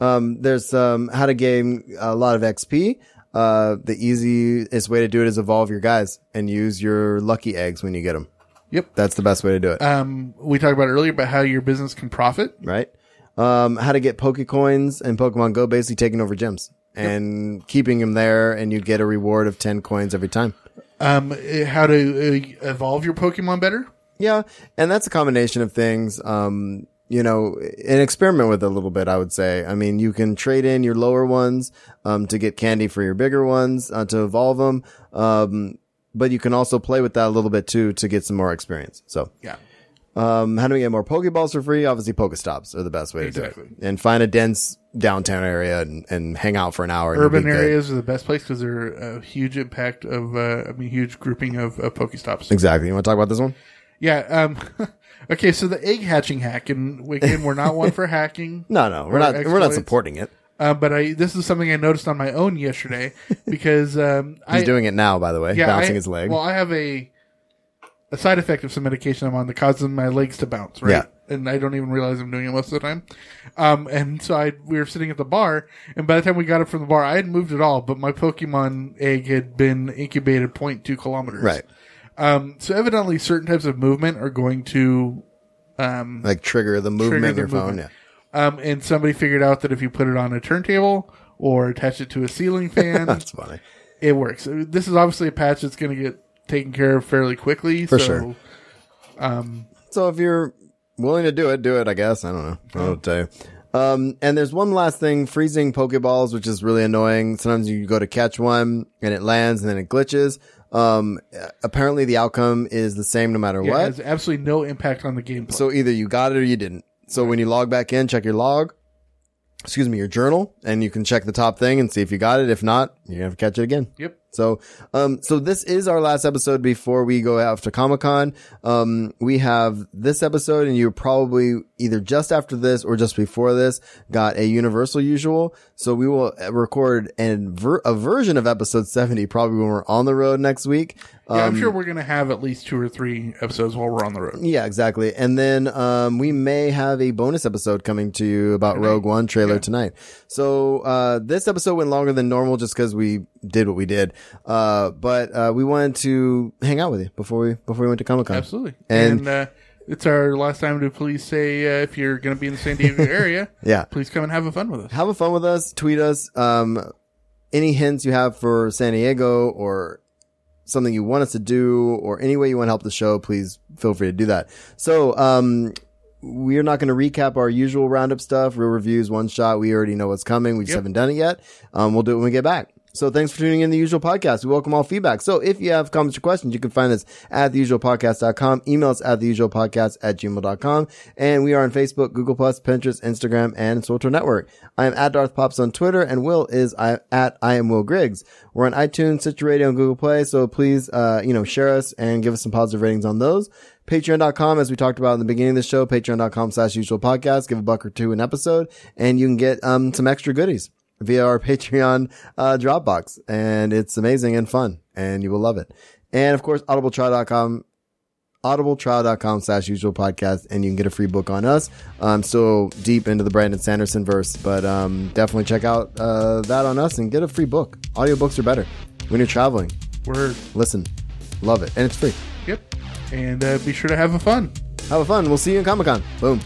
A: Um, there's um, how to gain a lot of XP. Uh, the easiest way to do it is evolve your guys and use your lucky eggs when you get them.
E: Yep.
A: That's the best way to do it,
E: um, we talked about earlier about how your business can profit.
A: right? Um, how to get Pokecoins and Pokemon Go basically taking over gyms and keeping them there, and you get a reward of 10 coins every time.
E: Um, uh, how to uh, evolve your Pokemon better.
A: Yeah, and that's a combination of things. Um, you know, and experiment with it a little bit. I would say. I mean, you can trade in your lower ones um, to get candy for your bigger ones uh, to evolve them. Um, but you can also play with that a little bit too to get some more experience. So,
E: Yeah.
A: um, how do we get more Pokeballs for free? Obviously, Pokestops are the best way to
E: Exactly.
A: do it. And find a dense downtown area and, and hang out for an hour. and you'll
E: Urban
A: be good.
E: areas are the best place because they're a huge impact of, uh, I mean, huge grouping of, of Pokestops.
A: Exactly. You want to talk about this one?
E: Yeah. Um, okay. So the egg hatching hack, and again, we're not one for hacking.
A: No, no, we're
E: Or
A: not. We're not
E: exploits.
A: supporting it.
E: Uh, but I this is something I noticed on my own yesterday because um,
A: He's
E: I
A: doing it now, by the way, bouncing
E: I-
A: his leg.
E: Well, I have a a side effect of some medication I'm on that causes my legs to bounce, right?
A: Yeah.
E: And I don't even realize I'm doing it most of the time. Um, and so I we were sitting at the bar, and by the time we got up from the bar, I hadn't moved at all, but my Pokemon egg had been incubated 0.2 kilometers.
A: Right.
E: Um, so evidently, certain types of movement are going to
A: like trigger the movement
E: Trigger
A: in
E: the
A: your phone. Yeah.
E: movement. Um, and somebody figured out that if you put it on a turntable or attach it to a ceiling fan,
A: That's funny.
E: it works. Uh, This is obviously a patch that's going to get taken care of fairly quickly.
A: For
E: so,
A: sure. So if you're willing to do it, do it, I guess. I don't know. I don't tell you. Um, and there's one last thing, freezing Pokeballs, which is really annoying. Sometimes you go to catch one and it lands and then it glitches. Um, apparently the outcome is the same no matter
E: It
A: what.
E: has absolutely no impact on the gameplay.
A: So either you got it or you didn't. So when you log back in, check your log, excuse me, your journal, and you can check the top thing and see if you got it. If not, you have to catch it again.
E: Yep.
A: So, um, so this is our last episode before we go after Comic Con. Um, we have this episode, and you're probably either just after this or just before this got a Universal usual. So we will uh, record an ver- a version of episode seventy probably when we're on the road next week.
E: yeah, I'm
A: Um,
E: sure we're going to have at least two or three episodes while we're on the road.
A: yeah, exactly. And then um, we may have a bonus episode coming to you about Rogue One trailer tonight. So uh, this episode went longer than normal just because we did what we did. Uh, but uh, we wanted to hang out with you before we before we went to Comic Con.
E: Absolutely.
A: And-
E: And, uh, it's our last time to please say uh, if you're going to be in the San Diego area,
A: Yeah.
E: please come and have a fun with us.
A: Have a fun with us. Tweet us. Um, any hints you have for San Diego or something you want us to do or any way you want to help the show, please feel free to do that. So, um, we are not going to recap our usual roundup stuff, real reviews, one shot. We already know what's coming. We just
E: Yep.
A: haven't done it yet. Um, we'll do it when we get back. So thanks for tuning in to the usual podcast. We welcome all feedback. So if you have comments or questions, you can find us at theusualpodcast.com. Email us at theusualpodcast at gmail.com. And we are on Facebook, Google Plus, Pinterest, Instagram, and Social Network. I am at Darth Pops on Twitter and Will is I, at I am Will Griggs. We're on iTunes, Stitcher Radio, and Google Play. So please, uh, you know, share us and give us some positive ratings on those. Patreon.com, as we talked about in the beginning of the show, patreon.com slash usual podcast. Give a buck or two an episode and you can get, um, some extra goodies. via our Patreon uh, Dropbox, and it's amazing and fun, and you will love it. And of course, audibletrial.com audibletrial.com slash usual podcast and you can get a free book on us i'm still deep into the brandon sanderson verse but um, definitely check out uh, that on us and get a free book audiobooks are better when you're traveling
E: Word.
A: listen love it and it's free
E: Yep. And uh, be sure to have a fun.
A: have a fun we'll see you in comic-con boom